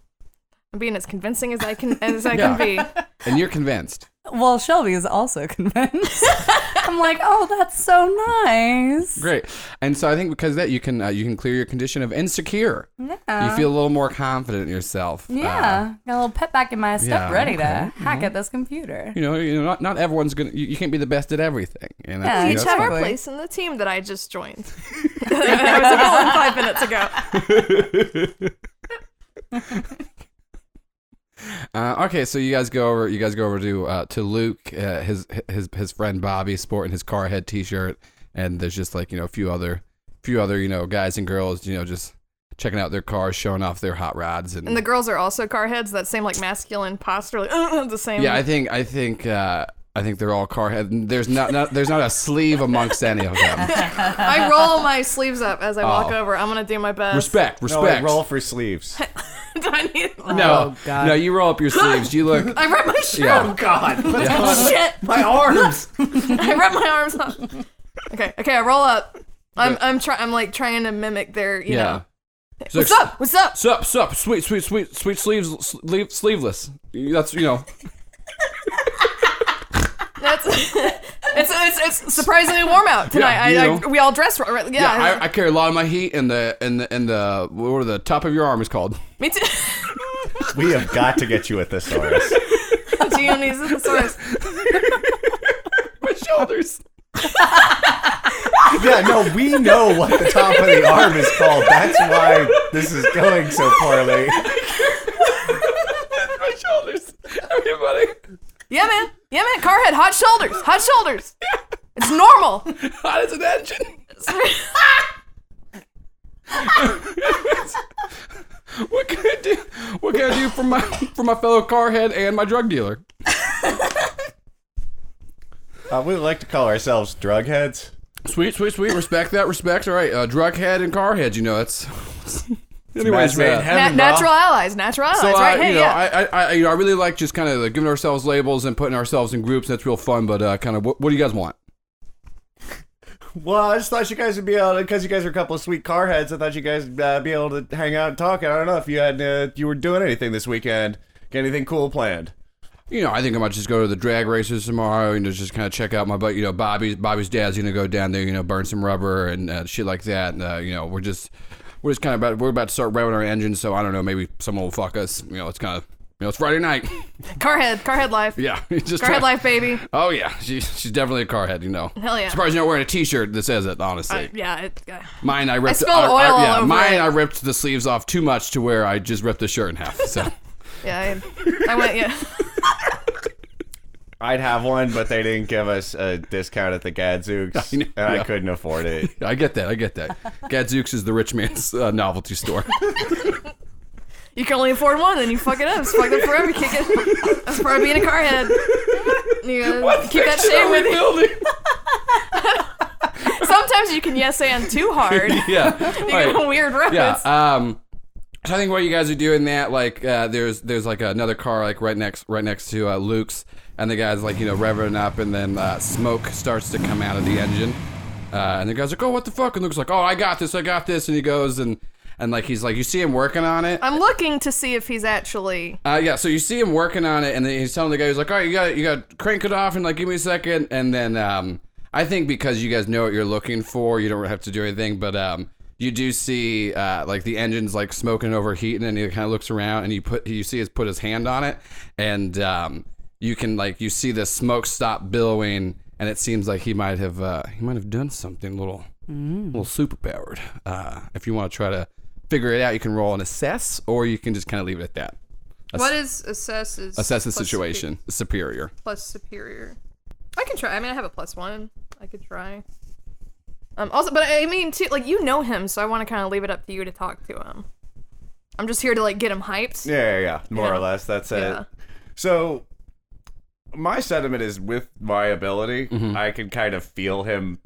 I'm being as convincing as I can as I can be. And you're convinced. Well, Shelby is also convinced. I'm like, oh, that's so nice. Great. And so I think because of that you can uh, you can clear your condition of insecure. Yeah. you feel a little more confident in yourself. Uh, Ah. Yeah, got a little pep back in my step, yeah, ready to okay, hack Mm-hmm. at this computer. you know, you know, not, not everyone's gonna. You, you can't be the best at everything. You know? you Yeah, We know, each it's have our fine. Exactly. place in the team that I just joined. I was a villain five minutes ago. Uh, okay, so you guys go over. You guys go over to uh, to Luke, uh, his his his friend Bobby, sporting his car head T-shirt, and there's just like you know a few other few other you know guys and girls, you know, just checking out their cars, showing off their hot rods, and, And the girls are also car heads. That same like masculine posture, like the same. yeah, I think I think uh, I think they're all car head. There's not, not there's not a sleeve amongst any of them. I roll my sleeves up as I walk Oh. over. I'm gonna do my best. Respect, No, respect. wait, roll for sleeves. Do I need? No, Oh, God. no, you roll up your sleeves. You look. I rub my shirt. Yeah. Oh, God, Oh, Oh, Shit! my arms. I rub my arms up. Okay, okay. I roll up. I'm I'm try- I'm like trying to mimic their you yeah. know. So- What's up? What's up? Sup, sup, sweet, sweet, sweet, sweet sleeves, sleeve, sleeveless. That's you know. That's it's, it's it's surprisingly warm out Yeah, tonight. you I, know. I we all dress ri- right. Yeah. Yeah, I, I carry a lot of my heat in the in the in the what are the top of your arm is called. me too. we have got to get you a thesaurus. GM needs a thesaurus. my shoulders. Yeah, no, we know what the top of the arm is called. That's why this is going so poorly. my shoulders. Everybody. Yeah, man. Yeah, man. Car head. Hot shoulders. Hot shoulders. It's normal. Hot as an engine. What can I do? What can I do for my for my fellow car head and my drug dealer? Uh, we like to call ourselves drug heads. Sweet, sweet, sweet. Respect that. Respect. All right. Uh, drug head and car head. You know that's. match Anyways, made in uh, heaven, bro. natural allies, natural allies, so I, Oh, right? you Hey, know, yeah. I, I, I, you know, I really like just kind of like giving ourselves labels and putting ourselves in groups. That's real fun. But uh, kind of, what, what do you guys want? Well, I just thought you guys would be able because you guys are a couple of sweet car heads. I thought you guys would uh, be able to hang out and talk. And I don't know if you had uh, you were doing anything this weekend. Get anything cool planned? You know, I think I might just go to the drag races tomorrow and just kind of check out my butt. You know, Bobby's Bobby's dad's gonna go down there. You know, burn some rubber and uh, shit like that. And uh, you know, we're just we're just kind of about we're about to start revving our engines. So I don't know, maybe someone will fuck us. You know, it's kind of you know, it's Friday night. Carhead, Carhead life, yeah, just Carhead try- life, baby. Oh yeah, she's she's definitely a car head. You know, Hell yeah. Surprised you're not wearing a T-shirt that says it. Honestly, I- yeah, it, uh, mine I ripped. spilled oil all yeah, over mine it. I ripped the sleeves off too much to where I just ripped the shirt in half. So yeah. I, I went, yeah. I'd have one, but they didn't give us a discount at the Gadzooks, I know, and I yeah. couldn't afford it. I get that. I get that. Gadzooks is the rich man's uh, novelty store. You can only afford one, then you fuck it up. It's fucked up forever. You kick it. That's part of being a Carhead. You gotta keep that shit with you. building? Sometimes you can yes and too hard. You yeah. go Right. weird roads. Yeah. Um. So I think what you guys are doing that like uh, there's there's like another car like right next right next to uh, Luke's and the guys like you know revving up and then uh, smoke starts to come out of the engine uh, and the guy's like oh what the fuck and Luke's like oh I got this I got this and he goes and and like he's like you see him working on it I'm looking to see if he's actually. Uh, yeah, so you see him working on it, and then he's telling the guy, he's like, "All right, you got you got crank it off, and like give me a second. And then um, I think because you guys know what you're looking for, you don't have to do anything. But um, you do see uh, like the engine's like smoking overheating, and he kind of looks around, and you put you see his put his hand on it, and um, you can like you see the smoke stop billowing, and it seems like he might have uh, he might have done something a little a little superpowered. Uh, if you want to try to figure it out, you can roll and assess, or you can just kind of leave it at that What is assess is assess the plus situation superior supe- plus superior. I can try. I mean, I have a plus one. I could try. Um. Also, but I mean, too, like you know him, so I want to kind of leave it up to you to talk to him. I'm just here to like get him hyped. Yeah, yeah, yeah. More Yeah. or less. That's it. Yeah. So my sentiment is with my ability, Mm-hmm. I can kind of feel him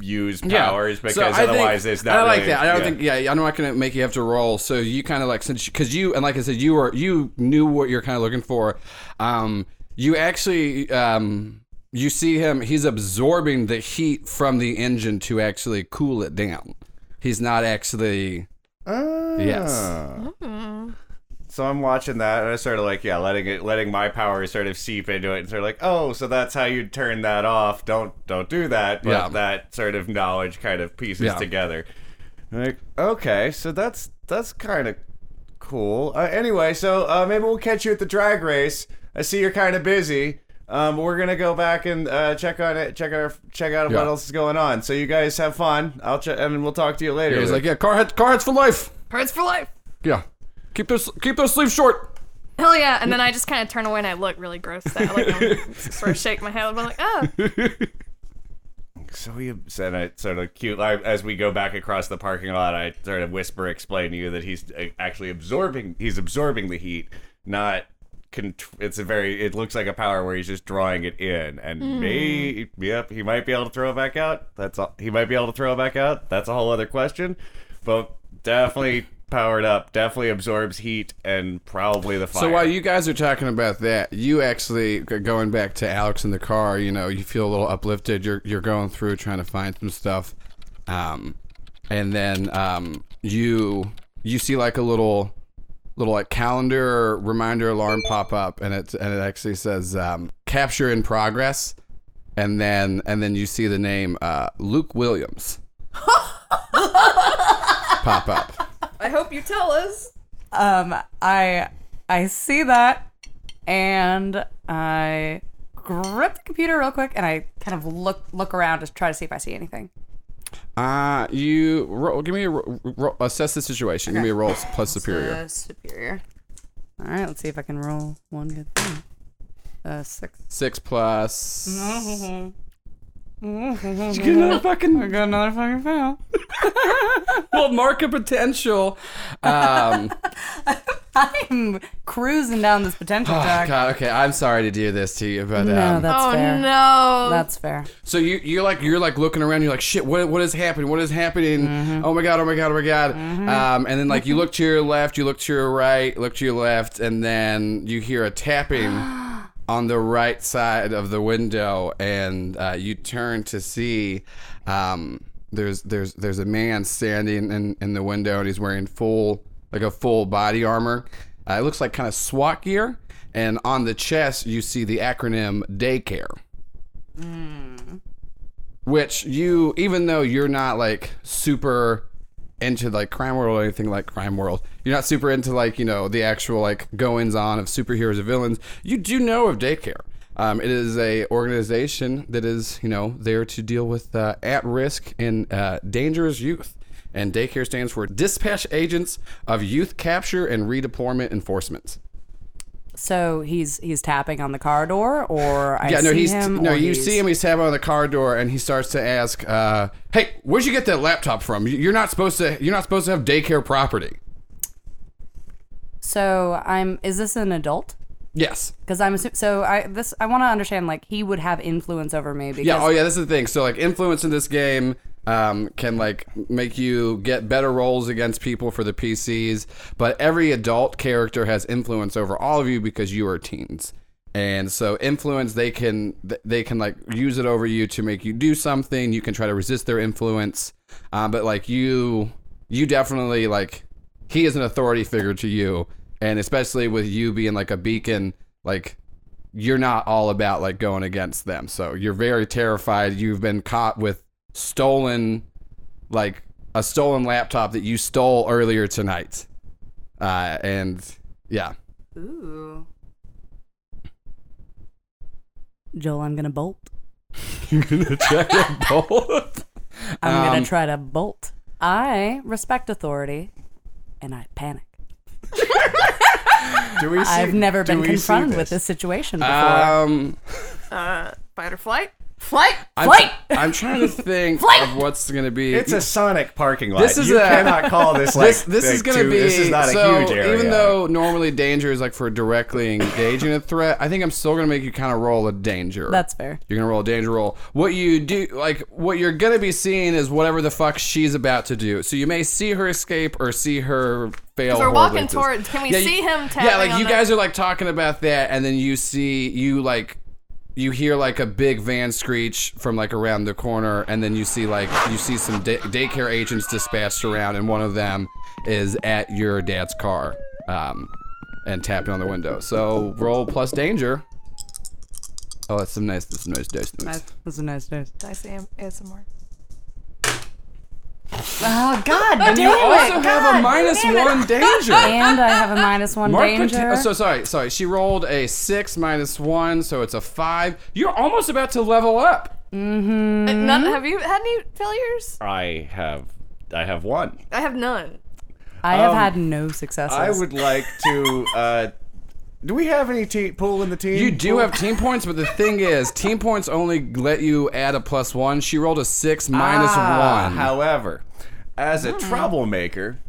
use powers because So I think- otherwise it's not I like really- that. I don't yeah. think. Yeah, I'm not gonna make you have to roll. So you kind of like since because you and like I said, you were you knew what you're kind of looking for. Um, you actually um, you see him. He's absorbing the heat from the engine to actually cool it down. He's not actually. Yes. Ah. So I'm watching that and I sort of like yeah, letting it letting my power sort of seep into it and sort of like, "Oh, so that's how you turn that off. Don't don't do that." But Yeah. that sort of knowledge kind of pieces Yeah. together. Like, okay, so that's that's kind of cool. Uh, anyway, so uh, maybe we'll catch you at the drag race. I see you're kind of busy. Um, we're gonna go back and uh, check on it, check our, check out Yeah. what else is going on. So you guys have fun. I'll check, and we'll talk to you later. He's like, yeah, car head, car heads for life. Hurts for life. Yeah, keep those keep those sleeves short. Hell yeah! And then I just kind of turn away and I look really gross. That like I'm sort of shake my head. I'm like, oh, So he said it sort of cute. I, as we go back across the parking lot, I sort of whisper, explain to you that he's uh, actually absorbing. He's absorbing the heat, not. contr- It's a very. It looks like a power where he's just drawing it in, and Hmm. may yep, he might be able to throw it back out. That's all. He might be able to throw it back out. That's a whole other question, but definitely powered up. Definitely absorbs heat and probably the fire. So while you guys are talking about that, you actually going back to Alex in the car. You know, you feel a little uplifted. You're you're going through trying to find some stuff, um, and then um, you you see like a little little like calendar reminder alarm pop up, and it and it actually says um, capture in progress, and then and then you see the name uh, Luke Williams pop up. I hope you tell us. Um, I I see that, and I grip the computer real quick, and I kind of look look around to try to see if I see anything. Uh, you roll, give me a ro- ro- assess the situation. Give me a roll plus superior. Uh, superior. All right, let's see if I can roll one good thing. Uh, six. Six plus. I got another fucking fail. well, mark a potential. Um, I'm cruising down this potential Oh, track. God, okay, I'm sorry to do this to you, but um, no, that's oh fair. no. That's fair. so you you're like you're like looking around, you're like shit, what what is happening? What is happening? Oh my god, oh my god, oh my god. Um, and then like you look to your left, you look to your right, look to your left, and then you hear a tapping on the right side of the window, and uh, you turn to see. Um, there's there's there's a man standing in, in the window and he's wearing full like a full body armor. Uh, it looks like kind of SWAT gear, and on the chest you see the acronym daycare which you even though you're not like super into like crime world or anything like crime world you're not super into like you know the actual like goings on of superheroes or villains you do know of daycare um, it is a organization that is you know there to deal with uh, at risk and uh, dangerous youth and daycare stands for dispatch agents of youth capture and redeployment enforcement So he's he's tapping on the car door, or I yeah, see no, he's him. no, or you he's- see him. He's tapping on the car door, and he starts to ask, uh, "Hey, where'd you get that laptop from? You- You're not supposed to. You're not supposed to have daycare property." So I'm. Is this an adult? Yes. Because I'm assu- so I this I want to understand like he would have influence over me because Yeah. Oh, yeah. That's the thing. So, like, influence in this game um, can like make you get better roles against people for the PCs, but every adult character has influence over all of you because you are teens. And so, influence they can th- they can like use it over you to make you do something. You can try to resist their influence, um, but like you you definitely like he is an authority figure to you, and especially with you being like a beacon, like you're not all about like going against them. So you're very terrified. You've been caught with stolen, like a stolen laptop that you stole earlier tonight. Uh, and yeah, Ooh. Joel, I'm gonna bolt. you're gonna check it both. I'm Um, gonna try to bolt. I respect authority, and I panic. Do we see, I've never do been we see confronted with this situation before. Um, uh, fight or flight. Flight. I'm, Flight! I'm trying to think of what's gonna be. It's a Sonic parking lot. This is you a- cannot call this like this, this like, is going to too- be This is not so a huge area. even though normally danger is like for directly engaging a threat i think i'm still going to make you kind of roll a danger That's fair. you're going to roll a danger roll what you do like what you're going to be seeing is whatever the fuck she's about to do so you may see her escape or see her fail We're horribly walking at this. towards- can we Yeah, you- see him yeah like tapping on you the- guys are like talking about that and then you see you like you hear like a big van screech from like around the corner, and then you see like you see some day- daycare agents dispatched around, and one of them is at your dad's car, um, and tapping on the window. So roll plus danger. Oh, that's some nice, that's some nice dice. Nice. That's a nice dice. Did I say am- ASMR? Oh God, And you also have a minus one danger. and I have a minus one Mark danger. Conti- oh, so sorry, sorry. She rolled a six minus one, so it's a five. You're almost about to level up. Uh, None. Have you had any failures? I have, I have one. I have none. I have Um, had no successes. I would like to. Uh, do we have any te- pool in the team? You do Pool? have team points, but the thing is, team points only let you add a plus one. She rolled a six minus Ah, one. Hmm. However, as a troublemaker,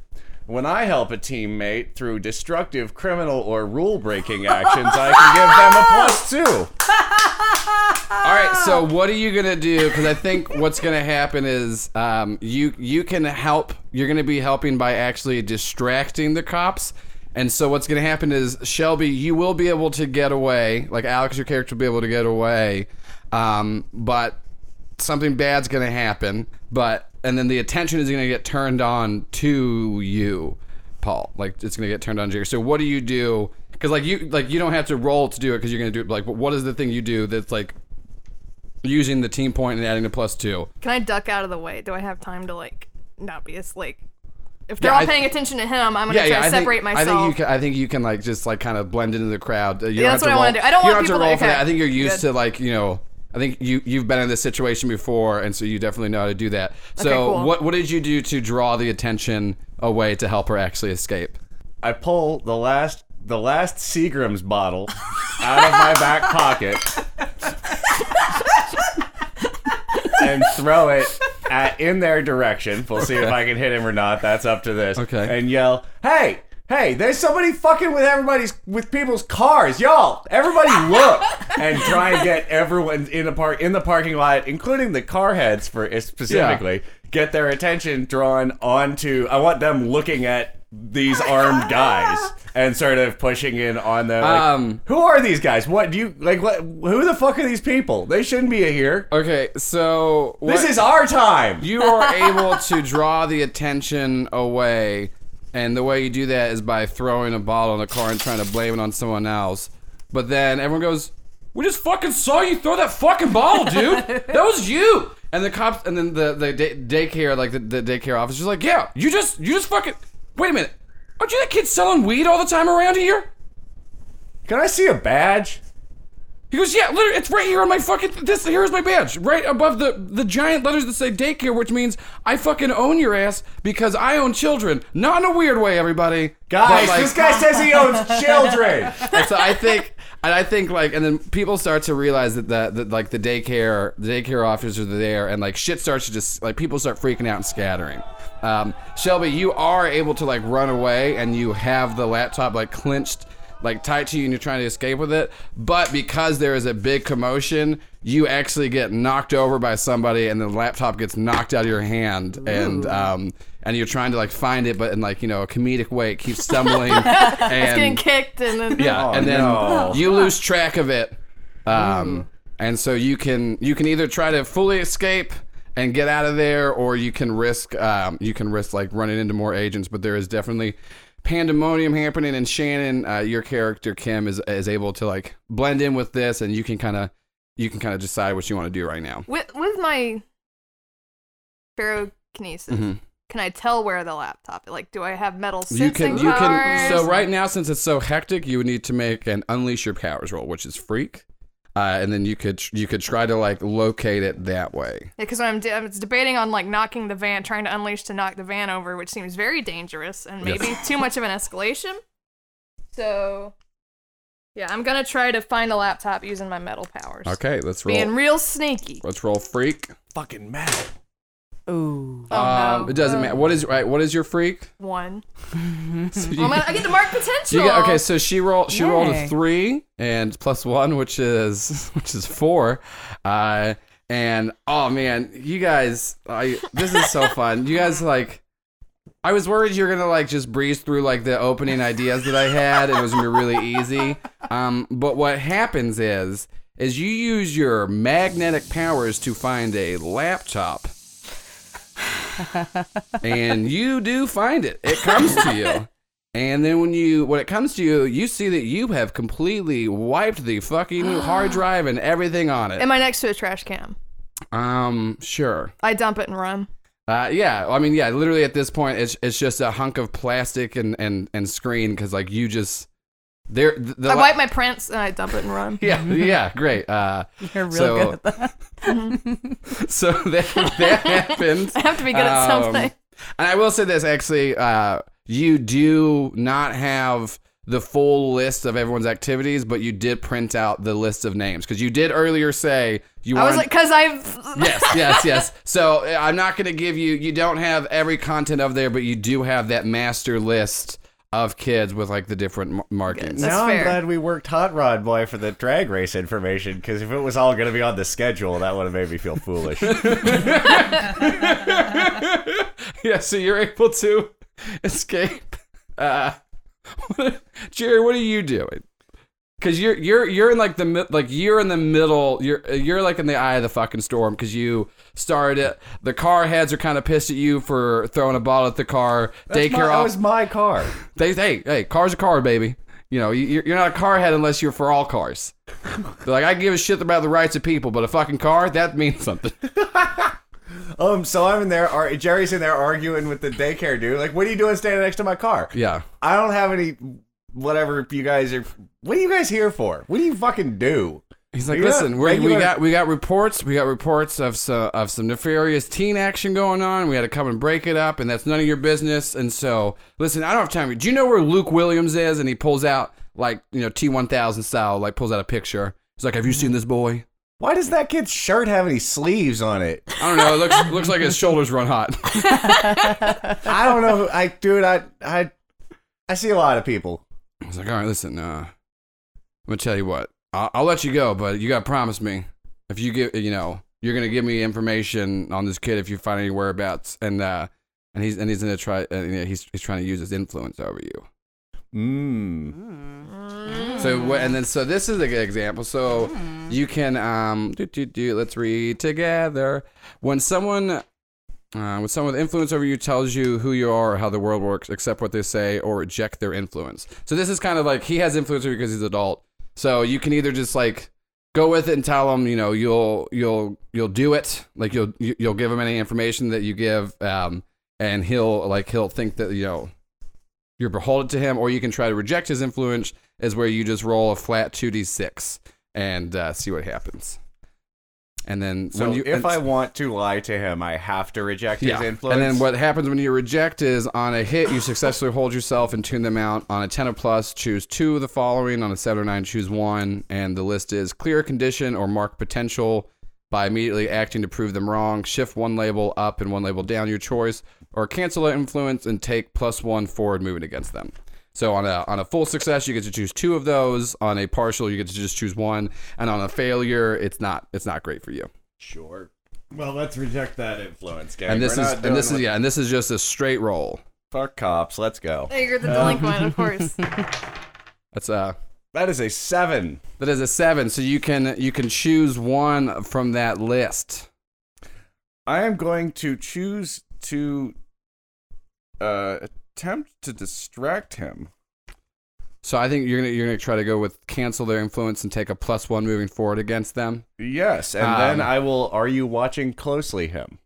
when I help a teammate through destructive, criminal, or rule-breaking actions, I can give them a plus two. All right, so what are you gonna do? Because I think what's gonna happen is um, you you can help. You're gonna be helping by actually distracting the cops. And so what's gonna happen is Shelby, you will be able to get away. Like Alex, your character will be able to get away, um, but something bad's gonna happen. But and then the attention is gonna get turned on to you, Paul. Like it's gonna get turned on to you. So what do you do? Because like you like you don't have to roll to do it because you're gonna do it. Like but what is the thing you do that's like using the team point and adding a plus two. Can I duck out of the way? Do I have time to like not be as like? If they're Yeah, all I th- paying attention to him, I'm gonna try to separate think, myself. I think you can. I think you can like just like kind of blend into the crowd. Uh, You Yeah, that's don't have what I to wanna roll- do. I don't you want have to people to- roll for okay. that. I think you're used Good. to like you know. I think you you've been in this situation before, and so you definitely know how to do that. So cool. what what did you do to draw the attention away to help her actually escape? I pull the last, the last Seagram's bottle out of my back pocket and throw it at in their direction. We'll see if I can hit him or not. That's up to this. Okay. And yell, "Hey, Hey, there's somebody fucking with everybody's with people's cars, y'all. Everybody look and try and get everyone in the park in the parking lot, including the car heads for eh, specifically, get their attention drawn onto. I want them looking at these armed guys and sort of pushing in on them. like, Um, who are these guys? What do you like? What? Who the fuck are these people? They shouldn't be here. Okay, so what, This is our time. you are able to draw the attention away, and the way you do that is by throwing a bottle in the car and trying to blame it on someone else. But then everyone goes, "We just fucking saw you throw that fucking bottle, dude. that was you." And the cops, and then the the day, daycare, like the, the daycare officer's like, "Yeah, you just you just fucking wait a minute. Aren't you that kid selling weed all the time around here?" Can I see a badge? He goes, yeah, literally, it's right here on my fucking. This here's my badge, right above the the giant letters that say daycare, which means I fucking own your ass because I own children, not in a weird way, everybody. Guys, But, like, this guy says he owns children. and so I think, and I think like, and then people start to realize that the, that like the daycare, the daycare officers are there, and like shit starts to just like people start freaking out and scattering. Um, Shelby, you are able to like run away, and you have the laptop like clenched, like tight to you, and you're trying to escape with it. But because there is a big commotion, you actually get knocked over by somebody, and the laptop gets knocked out of your hand, and um. And you're trying to like find it, but in like you know a comedic way, it keeps stumbling. and Getting kicked and then yeah, Oh, and then no. you lose track of it, um, and so you can you can either try to fully escape and get out of there, or you can risk um, you can risk like running into more agents. But there is definitely pandemonium happening, and Shannon, uh, your character Kim, is is able to like blend in with this, and you can kind of you can kind of decide what you want to do right now. With with my ferrokinesis, Mhm. can I tell where the laptop? Like, do I have metal sensing You can you can powers? so right now since it's so hectic, you would need to make an unleash your powers roll, which is freak. Uh, and then you could you could try to like locate it that way. Because I'm, de- I'm debating on like knocking the van, trying to unleash to knock the van over, which seems very dangerous and maybe too much of an escalation. So, yeah, I'm gonna try to find the laptop using my metal powers. Okay, let's roll. Being real sneaky. let's roll freak. Fucking Matt. Ooh. Oh, um, no. It doesn't Oh. matter. What is right? What is your freak? One. So Oh, you, man, I get to mark potential. you get- okay, so she rolled. She rolled a Yay. three and plus one, which is which is four. Uh, and oh man, you guys, I this is so fun. You guys like. I was worried you were gonna like just breeze through like the opening ideas that I had. and It was gonna be really easy. Um, but what happens is, is you use your magnetic powers to find a laptop, and you do find it. It comes to you, and then when you when it comes to you, you see that you have completely wiped the fucking hard drive and everything on it. Am I next to a trash can? Um, sure. I dump it and run. Uh, yeah, I mean, yeah. Literally, at this point, it's it's just a hunk of plastic and and and screen because like you just there. The, the I la- wipe my prints and I dump it and run. Yeah, yeah, great. Uh, You're real So- good at that. so that that happened. I have to be good at Um, something. And I will say this actually, uh, you do not have the full list of everyone's activities, but you did print out the list of names because you did earlier say you I was wanted- like, because I've. yes, yes, yes. So uh, I'm not going to give you. You don't have every content of there, but you do have that master list of kids with like the different mar- markings. That's now fair. I'm glad we worked Hot Rod Boy for the drag race information because if it was all going to be on the schedule, that would have made me feel foolish. yeah, so you're able to escape. Uh, Jerry, what are you doing? Because you're you're you're in like the mid- like you're in the middle. You're you're like in the eye of the fucking storm because you started it. The car heads are kind of pissed at you for throwing a ball at the car. That's my- Daycare That off. was my car. They hey hey, car's a car, baby. You know, you- you're you're not a car head unless you're for all cars. They're like, I give a shit about the rights of people, but a fucking car that means something. Um, so I'm in there. Ar- Jerry's in there arguing with the daycare dude. Like, what are you doing standing next to my car? Yeah. I don't have any. Whatever you guys are. What are you guys here for? What do you fucking do? He's like, Yeah, listen, we're, thank you we very- got we got reports, we got reports of some of some nefarious teen action going on. We had to come and break it up, and that's none of your business. And so, listen, I don't have time. Do you know where Luke Williams is? And he pulls out like you know T one thousand style, like pulls out a picture. He's like, have you seen this boy? Why does that kid's shirt have any sleeves on it? I don't know. It looks looks like his shoulders run hot. I don't know. who- I dude, I I I see a lot of people. I was like, all right, listen, uh, I'm gonna tell you what. I'll, I'll let you go, but you gotta promise me if you give, you know, you're gonna give me information on this kid if you find any whereabouts, and uh, and he's and he's gonna try, uh, you know, he's he's trying to use his influence over you. Mmm. So wh- and then so this is a good example. So you can um do do do. Let's read together. When someone, uh, when someone with influence over you tells you who you are or how the world works, accept what they say or reject their influence. So this is kind of like he has influence over you because he's adult. So you can either just like go with it and tell him, you know, you'll you'll you'll do it. Like you'll you- you'll give him any information that you give, um, and he'll like he'll think that you know you're beholden to him, or you can try to reject his influence, is where you just roll a flat 2d6 and uh, see what happens. And then So when you, if and- I want to lie to him, I have to reject his influence. and then what happens when you reject is on a hit, you successfully hold yourself and tune them out. On a 10 or plus, choose two of the following. On a 7 or 9, choose one. And the list is clear condition or mark potential by immediately acting to prove them wrong. Shift one label up and one label down, your choice. Or cancel their influence and take plus one forward movement against them. So on a on a full success, you get to choose two of those. On a partial, you get to just choose one. And on a failure, it's not it's not great for you. Sure. Well, let's reject that influence, gang. and this We're is not and doing this is what- yeah, and this is just a straight roll. fuck cops. Let's go. Oh, you're the Uh, delinquent, of course. That's uh That is a seven. that is a seven. So you can you can choose one from that list. I am going to choose to uh, attempt to distract him. So I think you're gonna you're gonna try to go with cancel their influence and take a plus one moving forward against them. Yes, and Um, then I will. Are you watching closely him?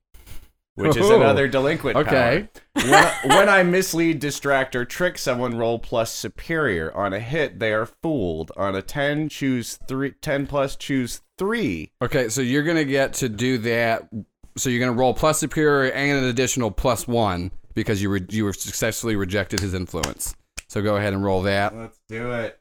Which is Ooh. another delinquent. Okay. power. when, when I mislead, distract, or trick someone, roll plus superior. On a hit, they are fooled. On a ten, choose three. Ten plus, choose three. Okay, so you're gonna get to do that. So you're gonna roll plus superior and an additional plus one because you re- you were successfully rejected his influence. So go ahead and roll that. Let's do it.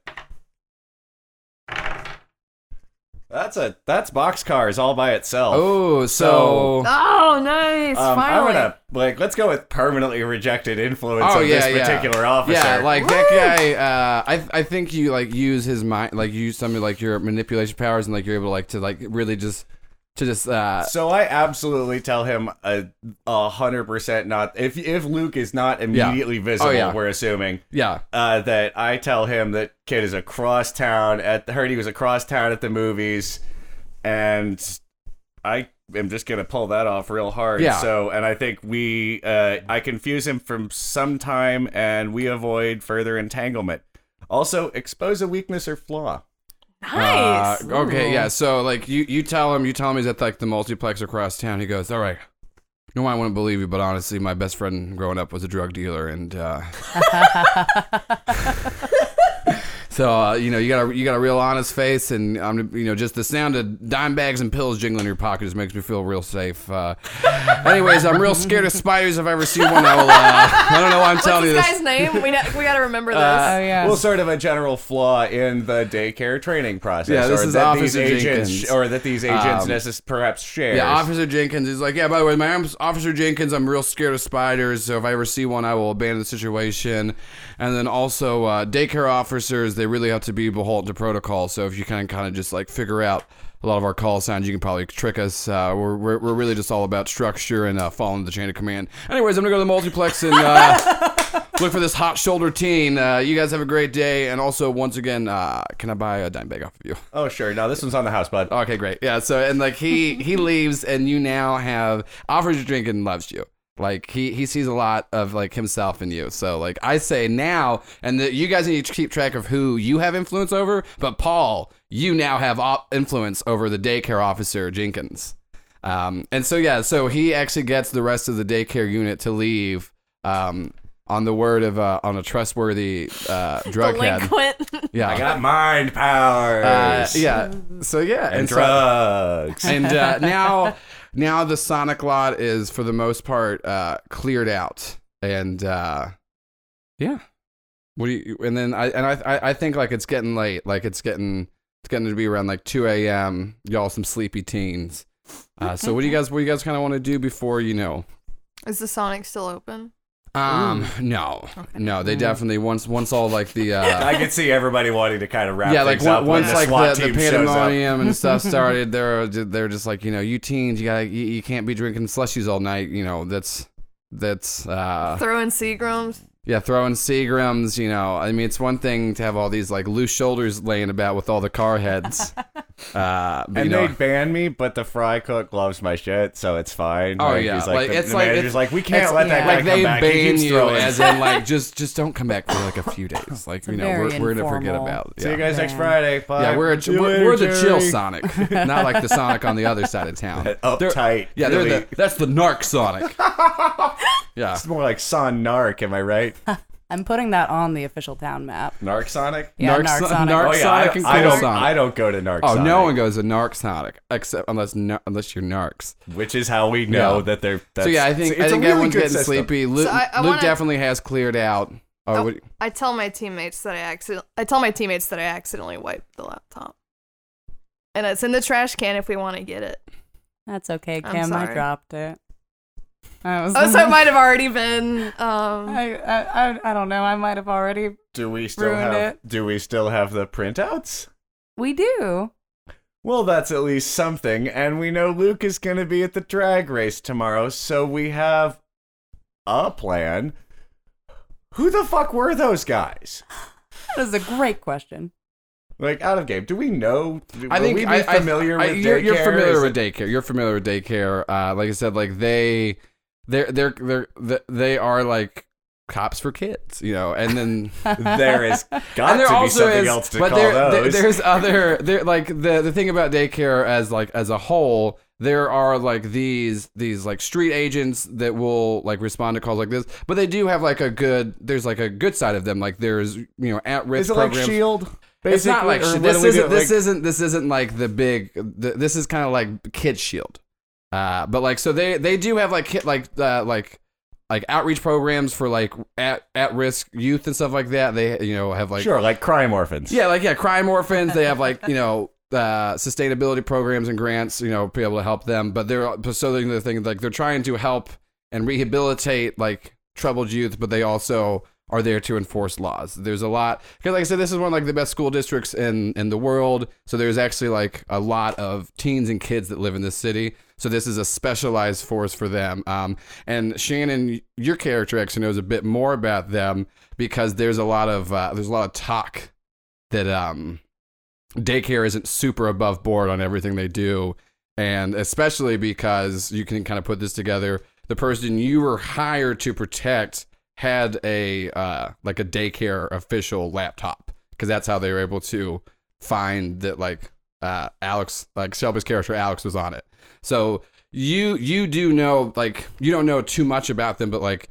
That's a that's boxcars all by itself. Oh, so oh, nice. Um, I'm Finally. uh, gonna like let's go with permanently rejected influence Oh, of yeah, this yeah. particular officer. Yeah, like that guy. Uh, I I think you like use his mind, like use some of like your manipulation powers, and like you're able to like to like really just to just uh, so I absolutely tell him a a hundred percent not if if Luke is not immediately visible, Oh, yeah. we're assuming. yeah. Uh, that I tell him that kid is across town at heard he was across town at the movies and I am just gonna pull that off real hard. Yeah. So and I think we uh, I confuse him from some time and we avoid further entanglement. Also expose a weakness or flaw. nice. Uh, okay, yeah. So like you you tell him you tell him he's at like the multiplex across town. He goes, all right. No, I wouldn't believe you, but honestly, my best friend growing up was a drug dealer, and uh, so uh, you know you got a you got a real honest face, and um, you know just the sound of dime bags and pills jingling in your pocket just makes me feel real safe. Uh, anyways, I'm real scared of spiders if I ever see one. I will. Uh, I don't know why I'm telling What's you this this. Uh, guy's name? We, na- we gotta remember this. Oh yeah. Well, sort of a general flaw in the daycare training process. Yeah, this or is that these Officer agents Jenkins. or that these agents Um, necess- perhaps share. Yeah, Officer Jenkins is like, yeah. By the way, my name's Officer Jenkins. I'm real scared of spiders, so if I ever see one, I will abandon the situation. And then also, uh, daycare officers, they really have to be beholden to protocol. So if you kind of, kind of just like figure out a lot of our call signs, you can probably trick us. Uh, we're, we're we're really just all about structure and uh, following the chain of command. Anyways, I'm gonna go to the multiplex and. Uh, Look for this hot shoulder teen. Uh, you guys have a great day. And also, once again, uh, can I buy a dime bag off of you? Oh sure. No, this one's on the house, bud. Okay, great. Yeah. So and like he he leaves, and you now have offers you drink and loves you. Like he he sees a lot of like himself in you. So like I say now, and that you guys need to keep track of who you have influence over. But Paul, you now have op- influence over the daycare officer Jenkins. Um, and so yeah, so he actually gets the rest of the daycare unit to leave. Um, on the word of uh, on a trustworthy uh, drug head. delinquent. Yeah. I got mind powers. uh, yeah. So yeah, And, so- drugs. and uh, now now the sonic lot is for the most part uh, cleared out and uh, yeah what do you and then i and I, I i think like it's getting late like it's getting it's getting to be around like 2 a.m y'all some sleepy teens uh, so what do you guys what do you guys kind of want to do before you know Is the Sonic still open? Um, no, no, they definitely once once all like the uh, I could see everybody wanting to kind of wrap yeah, like things up on- when once the like SWAT the, the team shows up. pandemonium and stuff started, they're they're just like you know, you teens, you gotta you, you can't be drinking slushies all night. You know, that's that's uh Throwing Seagrams. yeah, throwing Seagrams. You know, I mean, it's one thing to have all these like loose shoulders laying about with all the car heads. Uh, but, you And know, they ban me, but the fry cook loves my shit, so it's fine. Oh, Like, yeah. he's like, Like, the, it's the like- manager's it's- like, we can't it's- let that yeah. guy like come they back. he ban keeps you throwing. as in like just just don't come back for like a few days. Like you know, very we're, we're gonna forget informal. about. See you yeah. guys next Yeah. Friday. Bye. Yeah, we're, a, See you we're, later, we're the chill Jerry. Sonic, not like the Sonic on the other side of town. That They're- uptight, yeah, they're really- the, that's the narc Sonic. yeah, It's more like Son Narc, am I right? I'm putting that on the official town map. Narc Sonic? Yeah, Narc- Narcsonic. Narc- Oh, yeah. Sonic and I, I, Cool don't, Sonic. I don't go to Narc Oh, Sonic. no one goes to narc Sonic except unless nar- unless you're narcs. Which is how we know Yeah. that they're. That's, so yeah, I think it's a I think really everyone's good getting system. sleepy. Luke, I- I Luke wanna- definitely has cleared out. Oh, Oh. what- I tell my teammates that I accident. I tell my teammates that I accidentally wiped the laptop, and it's in the trash can if we want to get it. That's okay, I'm Kim. I sorry. dropped it. I was. Oh, so it might have already been. Um, I, I, I, I don't know. I might have already. Do we still Ruined have? Do we still have the printouts? We do. Well, that's at least something, and we know Luke is going to be at the drag race tomorrow, so we have a plan. Who the fuck were those guys? That is a great question. Like out of game. Do we know? Do, I will think we be I, I- familiar I- with you're, you're daycare? familiar Is with it- daycare. You're familiar with daycare. Uh, like I said, like they they're they're they're th- they are like cops for kids, you know. And then There is got and there to be also something is, else to but call there, there- those. there's other there like the the thing about daycare as like as a whole. There are like these these like street agents that will like respond to calls like this, but they do have like a good there's like a good side of them. Like there's you know at is risk it like programs. Shield? It's not E basically, like or sh- what this do we do? isn't this Like- isn't this isn't like the big. Th- this is kind of like Kid Shield, uh, but like so they they do have like kid, like uh, like like outreach programs for like at at risk youth and stuff like that. They you know have like sure, like crime orphans. yeah like yeah crime orphans. They have like you know. Uh, sustainability programs and grants, you know, be able to help them. But they're so they're the thing like they're trying to help and rehabilitate like troubled youth, but they also are there to enforce laws. There's a lot because, like I said, this is one of like the best school districts in in the world. So there's actually like a lot of teens and kids that live in this city. So this is a specialized force for them. Um, and Shannon, your character actually knows a bit more about them because there's a lot of uh, there's a lot of talk that um, daycare isn't super above board on everything they do. And especially because you can kind of put this together, the person you were hired to protect had a uh, like a daycare official laptop because that's how they were able to find that like uh, Alex like Shelby's character Alex was on it. So you you do know like you don't know too much about them, but like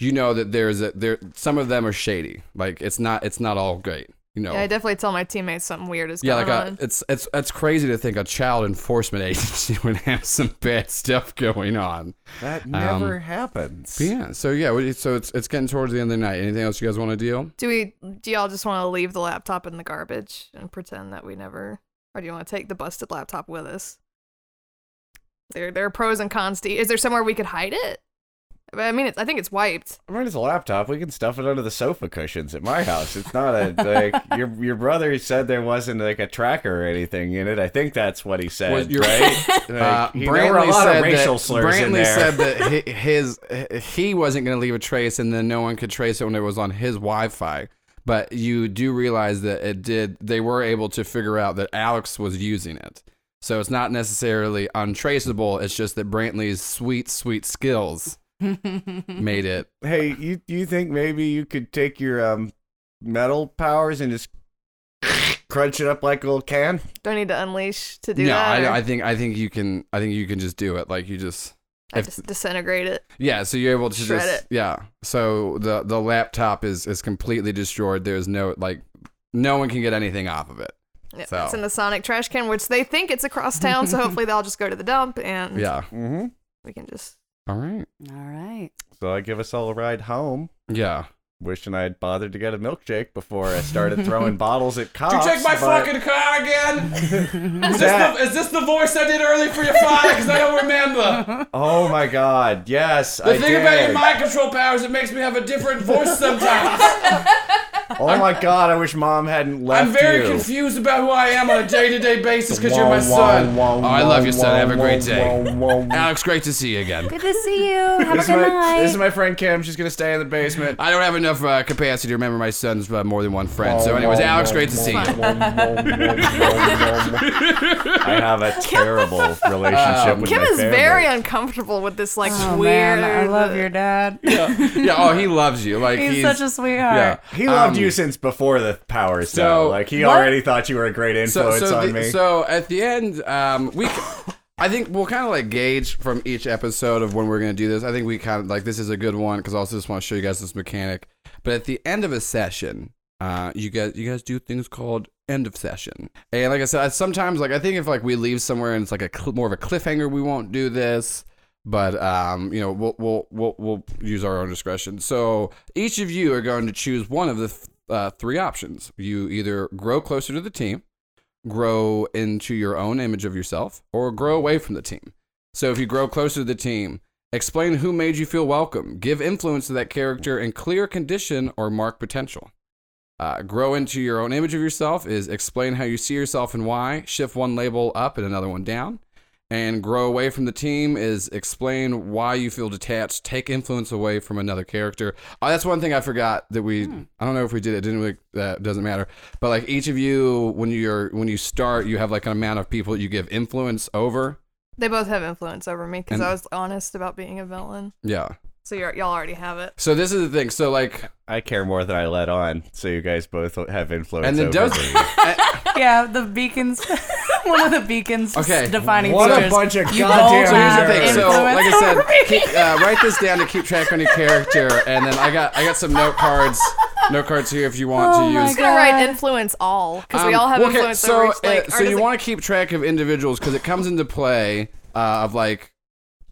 you know that there's a there some of them are shady. Like it's not it's not all great. You know, yeah, I definitely tell my teammates something weird is yeah, going like a, on. it's it's it's crazy to think a child enforcement agency would have some bad stuff going on. that never happens. But yeah, so yeah, we- so it's it's getting towards the end of the night. Anything else you guys want to deal? do we? Do y'all just want to leave the laptop in the garbage and pretend that we never? Or do you want to take the busted laptop with us? There, there are pros and cons to. e, Is there somewhere we could hide it? I mean, it's, I think it's wiped. I mean, it's a laptop. We can stuff it under the sofa cushions at my house. It's not a like your your brother said there wasn't like a tracker or anything in it. I think that's what he said, Was your- right? Like, Uh, you know, there were a lot of racial that, slurs in Brantley there. said that hi- his he wasn't going to leave a trace, and then no one could trace it when it was on his Wi-Fi. But you do realize that it did. They were able to figure out that Alex was using it, so it's not necessarily untraceable. It's just that Brantley's sweet, sweet skills made it hey, you you think maybe you could take your um metal powers and just crunch it up like a little can? Do I need to unleash to do no, that? or I, I think I think you can. I think you can just do it. Like you just I if- just disintegrate it. yeah. So you're able to Shred just it. yeah. So the the laptop is is completely destroyed. There's no like no one can get anything off of it. Yeah, So- It's in the Sonic trash can, which they think it's across town. so hopefully they'll just go to the dump and Yeah. Mm-hmm. we can just. All right. All right. So I give us all a ride home. Yeah. wishing I'd bothered to get a milkshake before I started throwing bottles at cops. Did you take my but- fucking car again? is, this That- the, is this the voice I did earlier for your father? Because I don't remember. Oh my god, yes. The I thing about did. your mind control powers, it makes me have a different voice sometimes. Oh my god, I wish mom hadn't left I'm very you. confused about who I am on a day to day basis because you're my Wah, wah, son. wah, oh, I love you, wah, son. Have a great wah, day. wah, wah, wah. Alex, great to see you again. Good to see you. Have This is, a good my, night. this is my friend Kim. She's gonna stay in the basement. I don't have enough uh, capacity to remember my son's uh, more than one friend. So, anyways, Alex, great to see you. I have a terrible Um, relationship with Kim my is family. very uncomfortable with this like Oh, weird. man, I love your dad. Yeah. Oh, he loves you. Like he's, such a sweetheart. Yeah. He loved Um, you since before the powers, though. so- Like he What? already thought you were a great so, influence so, on the- me. so at the end, um, we, I think we'll kind of like gauge from each episode of when we're gonna do this. I think we kind of like this is a good one because I also just want to show you guys this mechanic. But at the end of a session, uh, you guys you guys do things called end of session. And like I said, I sometimes like I think if like we leave somewhere and it's like a cl- more of a cliffhanger, we won't do this. But um, you know, we'll, we'll we'll we'll use our own discretion. So each of you are going to choose one of the th- uh, three options. You either grow closer to the team, grow into your own image of yourself or grow away from the team. So if you grow closer to the team, explain who made you feel welcome, give influence to that character in clear condition or mark potential. Uh, grow into your own image of yourself is explain how you see yourself and why, shift one label up and another one down. And grow away from the team is explain why you feel detached, take influence away from another character. Oh, that's one thing I forgot that we, I don't know if we did it, didn't we? That doesn't matter. But like each of you, when you're, when you start, you have like an amount of people you give influence over. They both have influence over me because And- I was honest about being a villain. Yeah. So you're, y'all already have it. So this is the thing. So like, I care more than I let on. So you guys both have influence. and then over does, me. Yeah, the beacons. one of the beacons. Okay. Defining What a features. bunch of You goddamn both So here's the have thing. So, influence like I over said, me. keep, uh, write this down to keep track on your character, and then I got I got some note cards, note cards here if you want Oh to my use. I'm gonna write God. influence all because we Um, all have well, okay, influence so, over each, like. uh, or so you does it- want to keep track of individuals because it comes into play uh, of like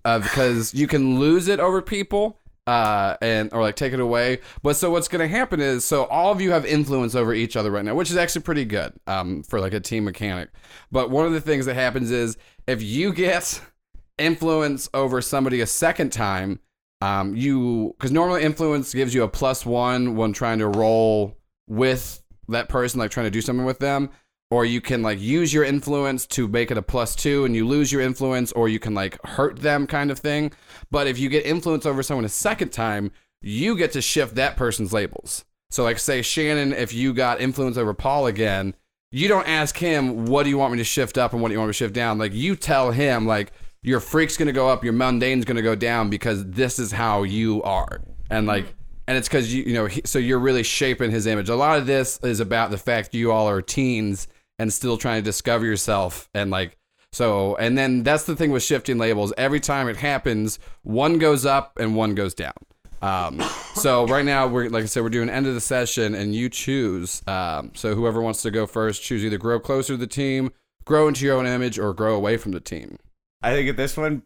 uh, because you can lose it over people uh, and or like take it away. But so what's going to happen is so all of you have influence over each other right now, which is actually pretty good um, for like a team mechanic. But one of the things that happens is if you get influence over somebody a second time, um, you because normally influence gives you a plus one when trying to roll with that person, like trying to do something with them, or you can like use your influence to make it a plus two and you lose your influence, or you can like hurt them kind of thing. But if you get influence over someone a second time, you get to shift that person's labels. So, like, say Shannon, if you got influence over Paul again, you don't ask him what do you want me to shift up and what do you want me to shift down. Like you tell him like your freak's gonna go up, your mundane's gonna go down because this is how you are. And like and it's because you you know he, so you're really shaping his image. A lot of this is about the fact you all are teens and still trying to discover yourself and like so and then that's the thing with shifting labels. Every time it happens, one goes up and one goes down. Um, so right now we're like I said, we're doing end of the session, and you choose. Um, so whoever wants to go first, choose either grow closer to the team, grow into your own image, or grow away from the team. I think at this one,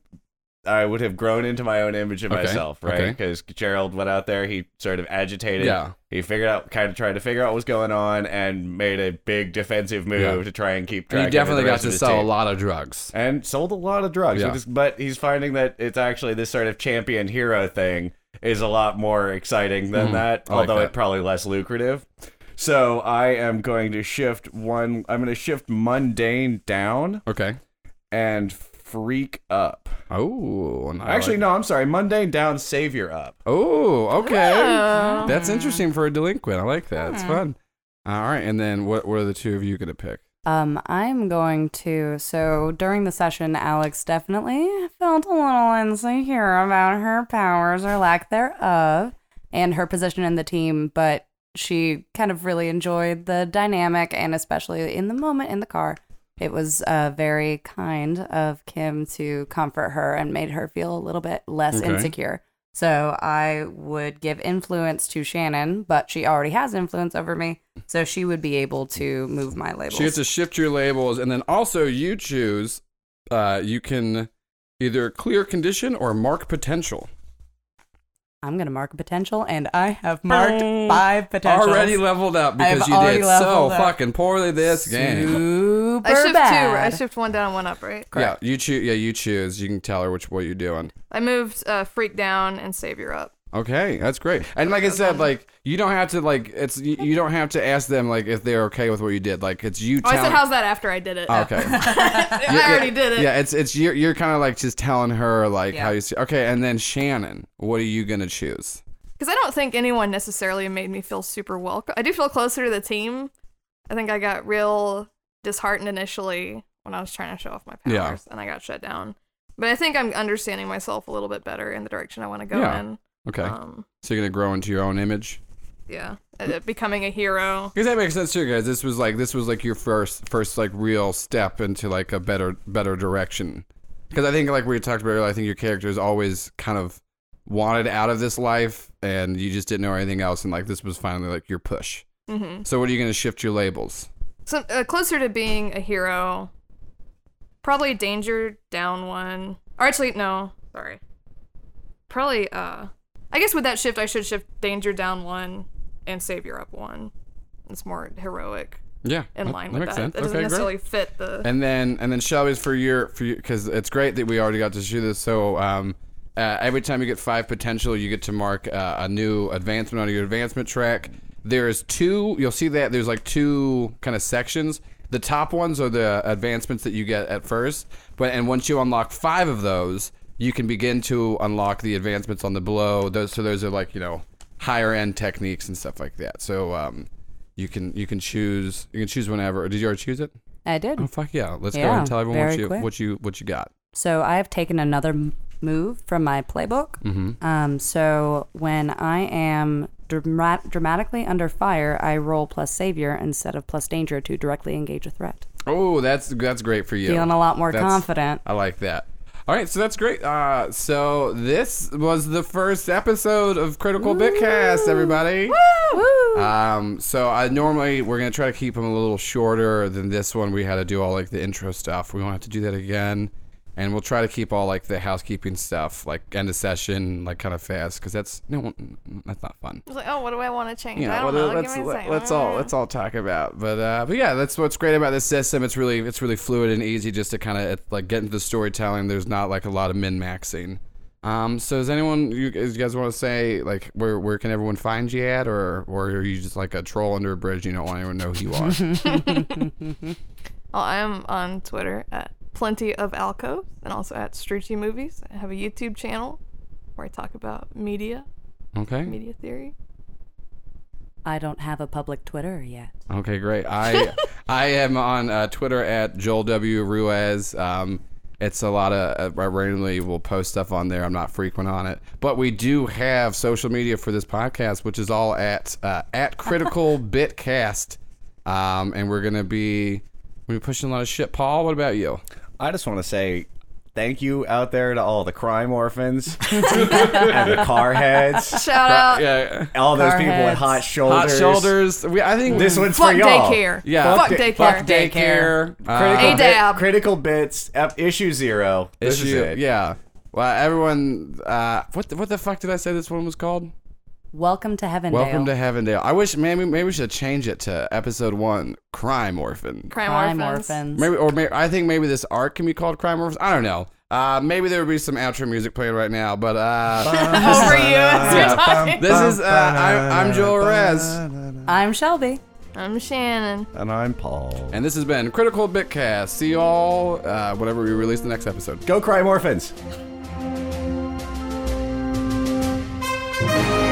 I would have grown into my own image of Okay, myself, right? okay. Because Gerald went out there, he sort of agitated. Yeah. He figured out, kind of tried to figure out what was going on, and made a big defensive move Yeah. to try and keep And track. you definitely of the got rest to of his sell a team. lot of drugs. and sold a lot of drugs. Yeah. which is- but he's finding that it's actually this sort of champion hero thing is a lot more exciting than Mm, that, I like although that. it probably less lucrative. So I am going to shift one. I'm going to shift mundane down Okay. and freak up. Oh, and I Actually, like- no. I'm sorry. Mundane down, savior up. Oh, okay. Oh. That's interesting for a delinquent. I like that. It's fun. All right, and then what? What are the two of you gonna pick? Um, I'm going to. So during the session, Alex definitely felt a little insecure about her powers or lack thereof and her position in the team, but she kind of really enjoyed the dynamic and especially in the moment in the car. It was uh, very kind of Kim to comfort her and made her feel a little bit less Okay. insecure. So I would give influence to Shannon, but she already has influence over me, so she would be able to move my labels. She gets to shift your labels, and then also you choose. Uh, you can either clear condition or mark potential. I'm going to mark a potential, and I have marked Bang. five potentials. Already leveled up I have because you already did so leveled up. fucking poorly this game. Super I shift bad. two. I shift one down, one up, right? Yeah, you choose. Yeah, you choose. You can tell her which what you're doing. I moved uh, freak down and savior up. Okay, that's great. And like I said, like you don't have to like it's you, you don't have to ask them like if they're okay with what you did. Like it's you. Oh, I telling- said, how's that after I did it? okay. I already did it. Oh. Yeah, it's it's you're you're kind of like just telling her like Yeah. how you see. Okay, and then Shannon, what are you gonna choose? Because I don't think anyone necessarily made me feel super welcome. I do feel closer to the team. I think I got real disheartened initially when I was trying to show off my powers Yeah. and I got shut down. But I think I'm understanding myself a little bit better in the direction I want to go Yeah. in. Okay, Um, so you're gonna grow into your own image yeah, Uh, becoming a hero. because that makes sense too, guys. This was like this was like your first first like real step into like a better better direction. Because I think like we talked about, earlier, I think your character is always kind of wanted out of this life, and you just didn't know anything else, and like this was finally like your push. hmm So what are you gonna shift your labels? So uh, closer to being a hero. Probably danger down one. Or actually, no. Sorry. Probably. Uh, I guess with that shift, I should shift danger down one and savior up one. It's more heroic Yeah, in line with that. That doesn't Okay, great. necessarily fit the. And then and then Shelby's for your for because it's great that we already got to do this. So um, uh, every time you get five potential, you get to mark uh, a new advancement on your advancement track. There's two. You'll see that there's like two kind of sections. The top ones are the advancements that you get at first, but and once you unlock five of those, you can begin to unlock the advancements on the below. Those so those are like you know higher end techniques and stuff like that. So um, you can you can choose you can choose whenever. Did you already choose it? I did. Oh fuck yeah! Let's go Yeah, and tell everyone what very you quick. what you what you got. So I have taken another m- move from my playbook. Mm-hmm. Um, so when I am dra- dramatically under fire, I roll plus savior instead of plus danger to directly engage a threat. Oh, that's that's great for you. Feeling a lot more That's- confident. I like that. All right, so that's great. Uh, so this was the first episode of Critical Bitcast, everybody. Woo! Um, so I normally we're gonna try to keep them a little shorter than this one. We had to do all like the intro stuff. We won't have to do that again, and we'll try to keep all like the housekeeping stuff, like end of session, like kind of fast, because that's no, one- that's not fun. I was like, oh, what do I want to change? you I know, don't let- know. let's Give me a let, second. let's all let's all talk about. But uh, but yeah, that's what's great about this system. It's really it's really fluid and easy just to kind of like get into the storytelling. There's not like a lot of min maxing. Um, so is anyone you, guys- you guys want to say like where where can everyone find you at, or or are you just like a troll under a bridge? You don't want anyone to know who you are. Oh, I am on Twitter at plenty of alcoves and also at Strucci Movies. I have a YouTube channel where I talk about media, okay. media theory. I don't have a public Twitter yet. Okay, great. I I am on uh, Twitter at Joel W Ruiz. Um, it's a lot of uh, I randomly will post stuff on there. I'm not frequent on it, but we do have social media for this podcast, which is all at uh, at Critical Bitcast, um, and we're gonna be we're pushing a lot of shit. Paul, what about you? I just want to say thank you out there to all the crime orphans and the car heads, Shout out. Yeah, all those Car people with heads. hot hot shoulders. shoulders. We, I think This one's Fuck for y'all. daycare. Yeah. Fuck Fuck daycare. fuck daycare. Uh, Critical, ADAB. Bit- critical bits. Ep- issue zero. This issue. is it. Yeah. Well, everyone. Uh, what the, what the fuck did I say this one was called? Welcome to Heaven. Welcome to Heavendale. I wish maybe maybe we should change it to episode one, Crime Orphan. Crime, Crime orphans. orphans. Maybe or maybe, I think maybe this arc can be called Crime Orphans. I don't know. Uh, maybe there would be some outro music playing right now, but uh, Over you. as you're Yeah. talking. this is uh, I'm, I'm Joel Rez, I'm Shelby. I'm Shannon. And I'm Paul. and this has been Critical Bitcast. See y'all uh, whenever we release the next episode. Go crime orphans. Crime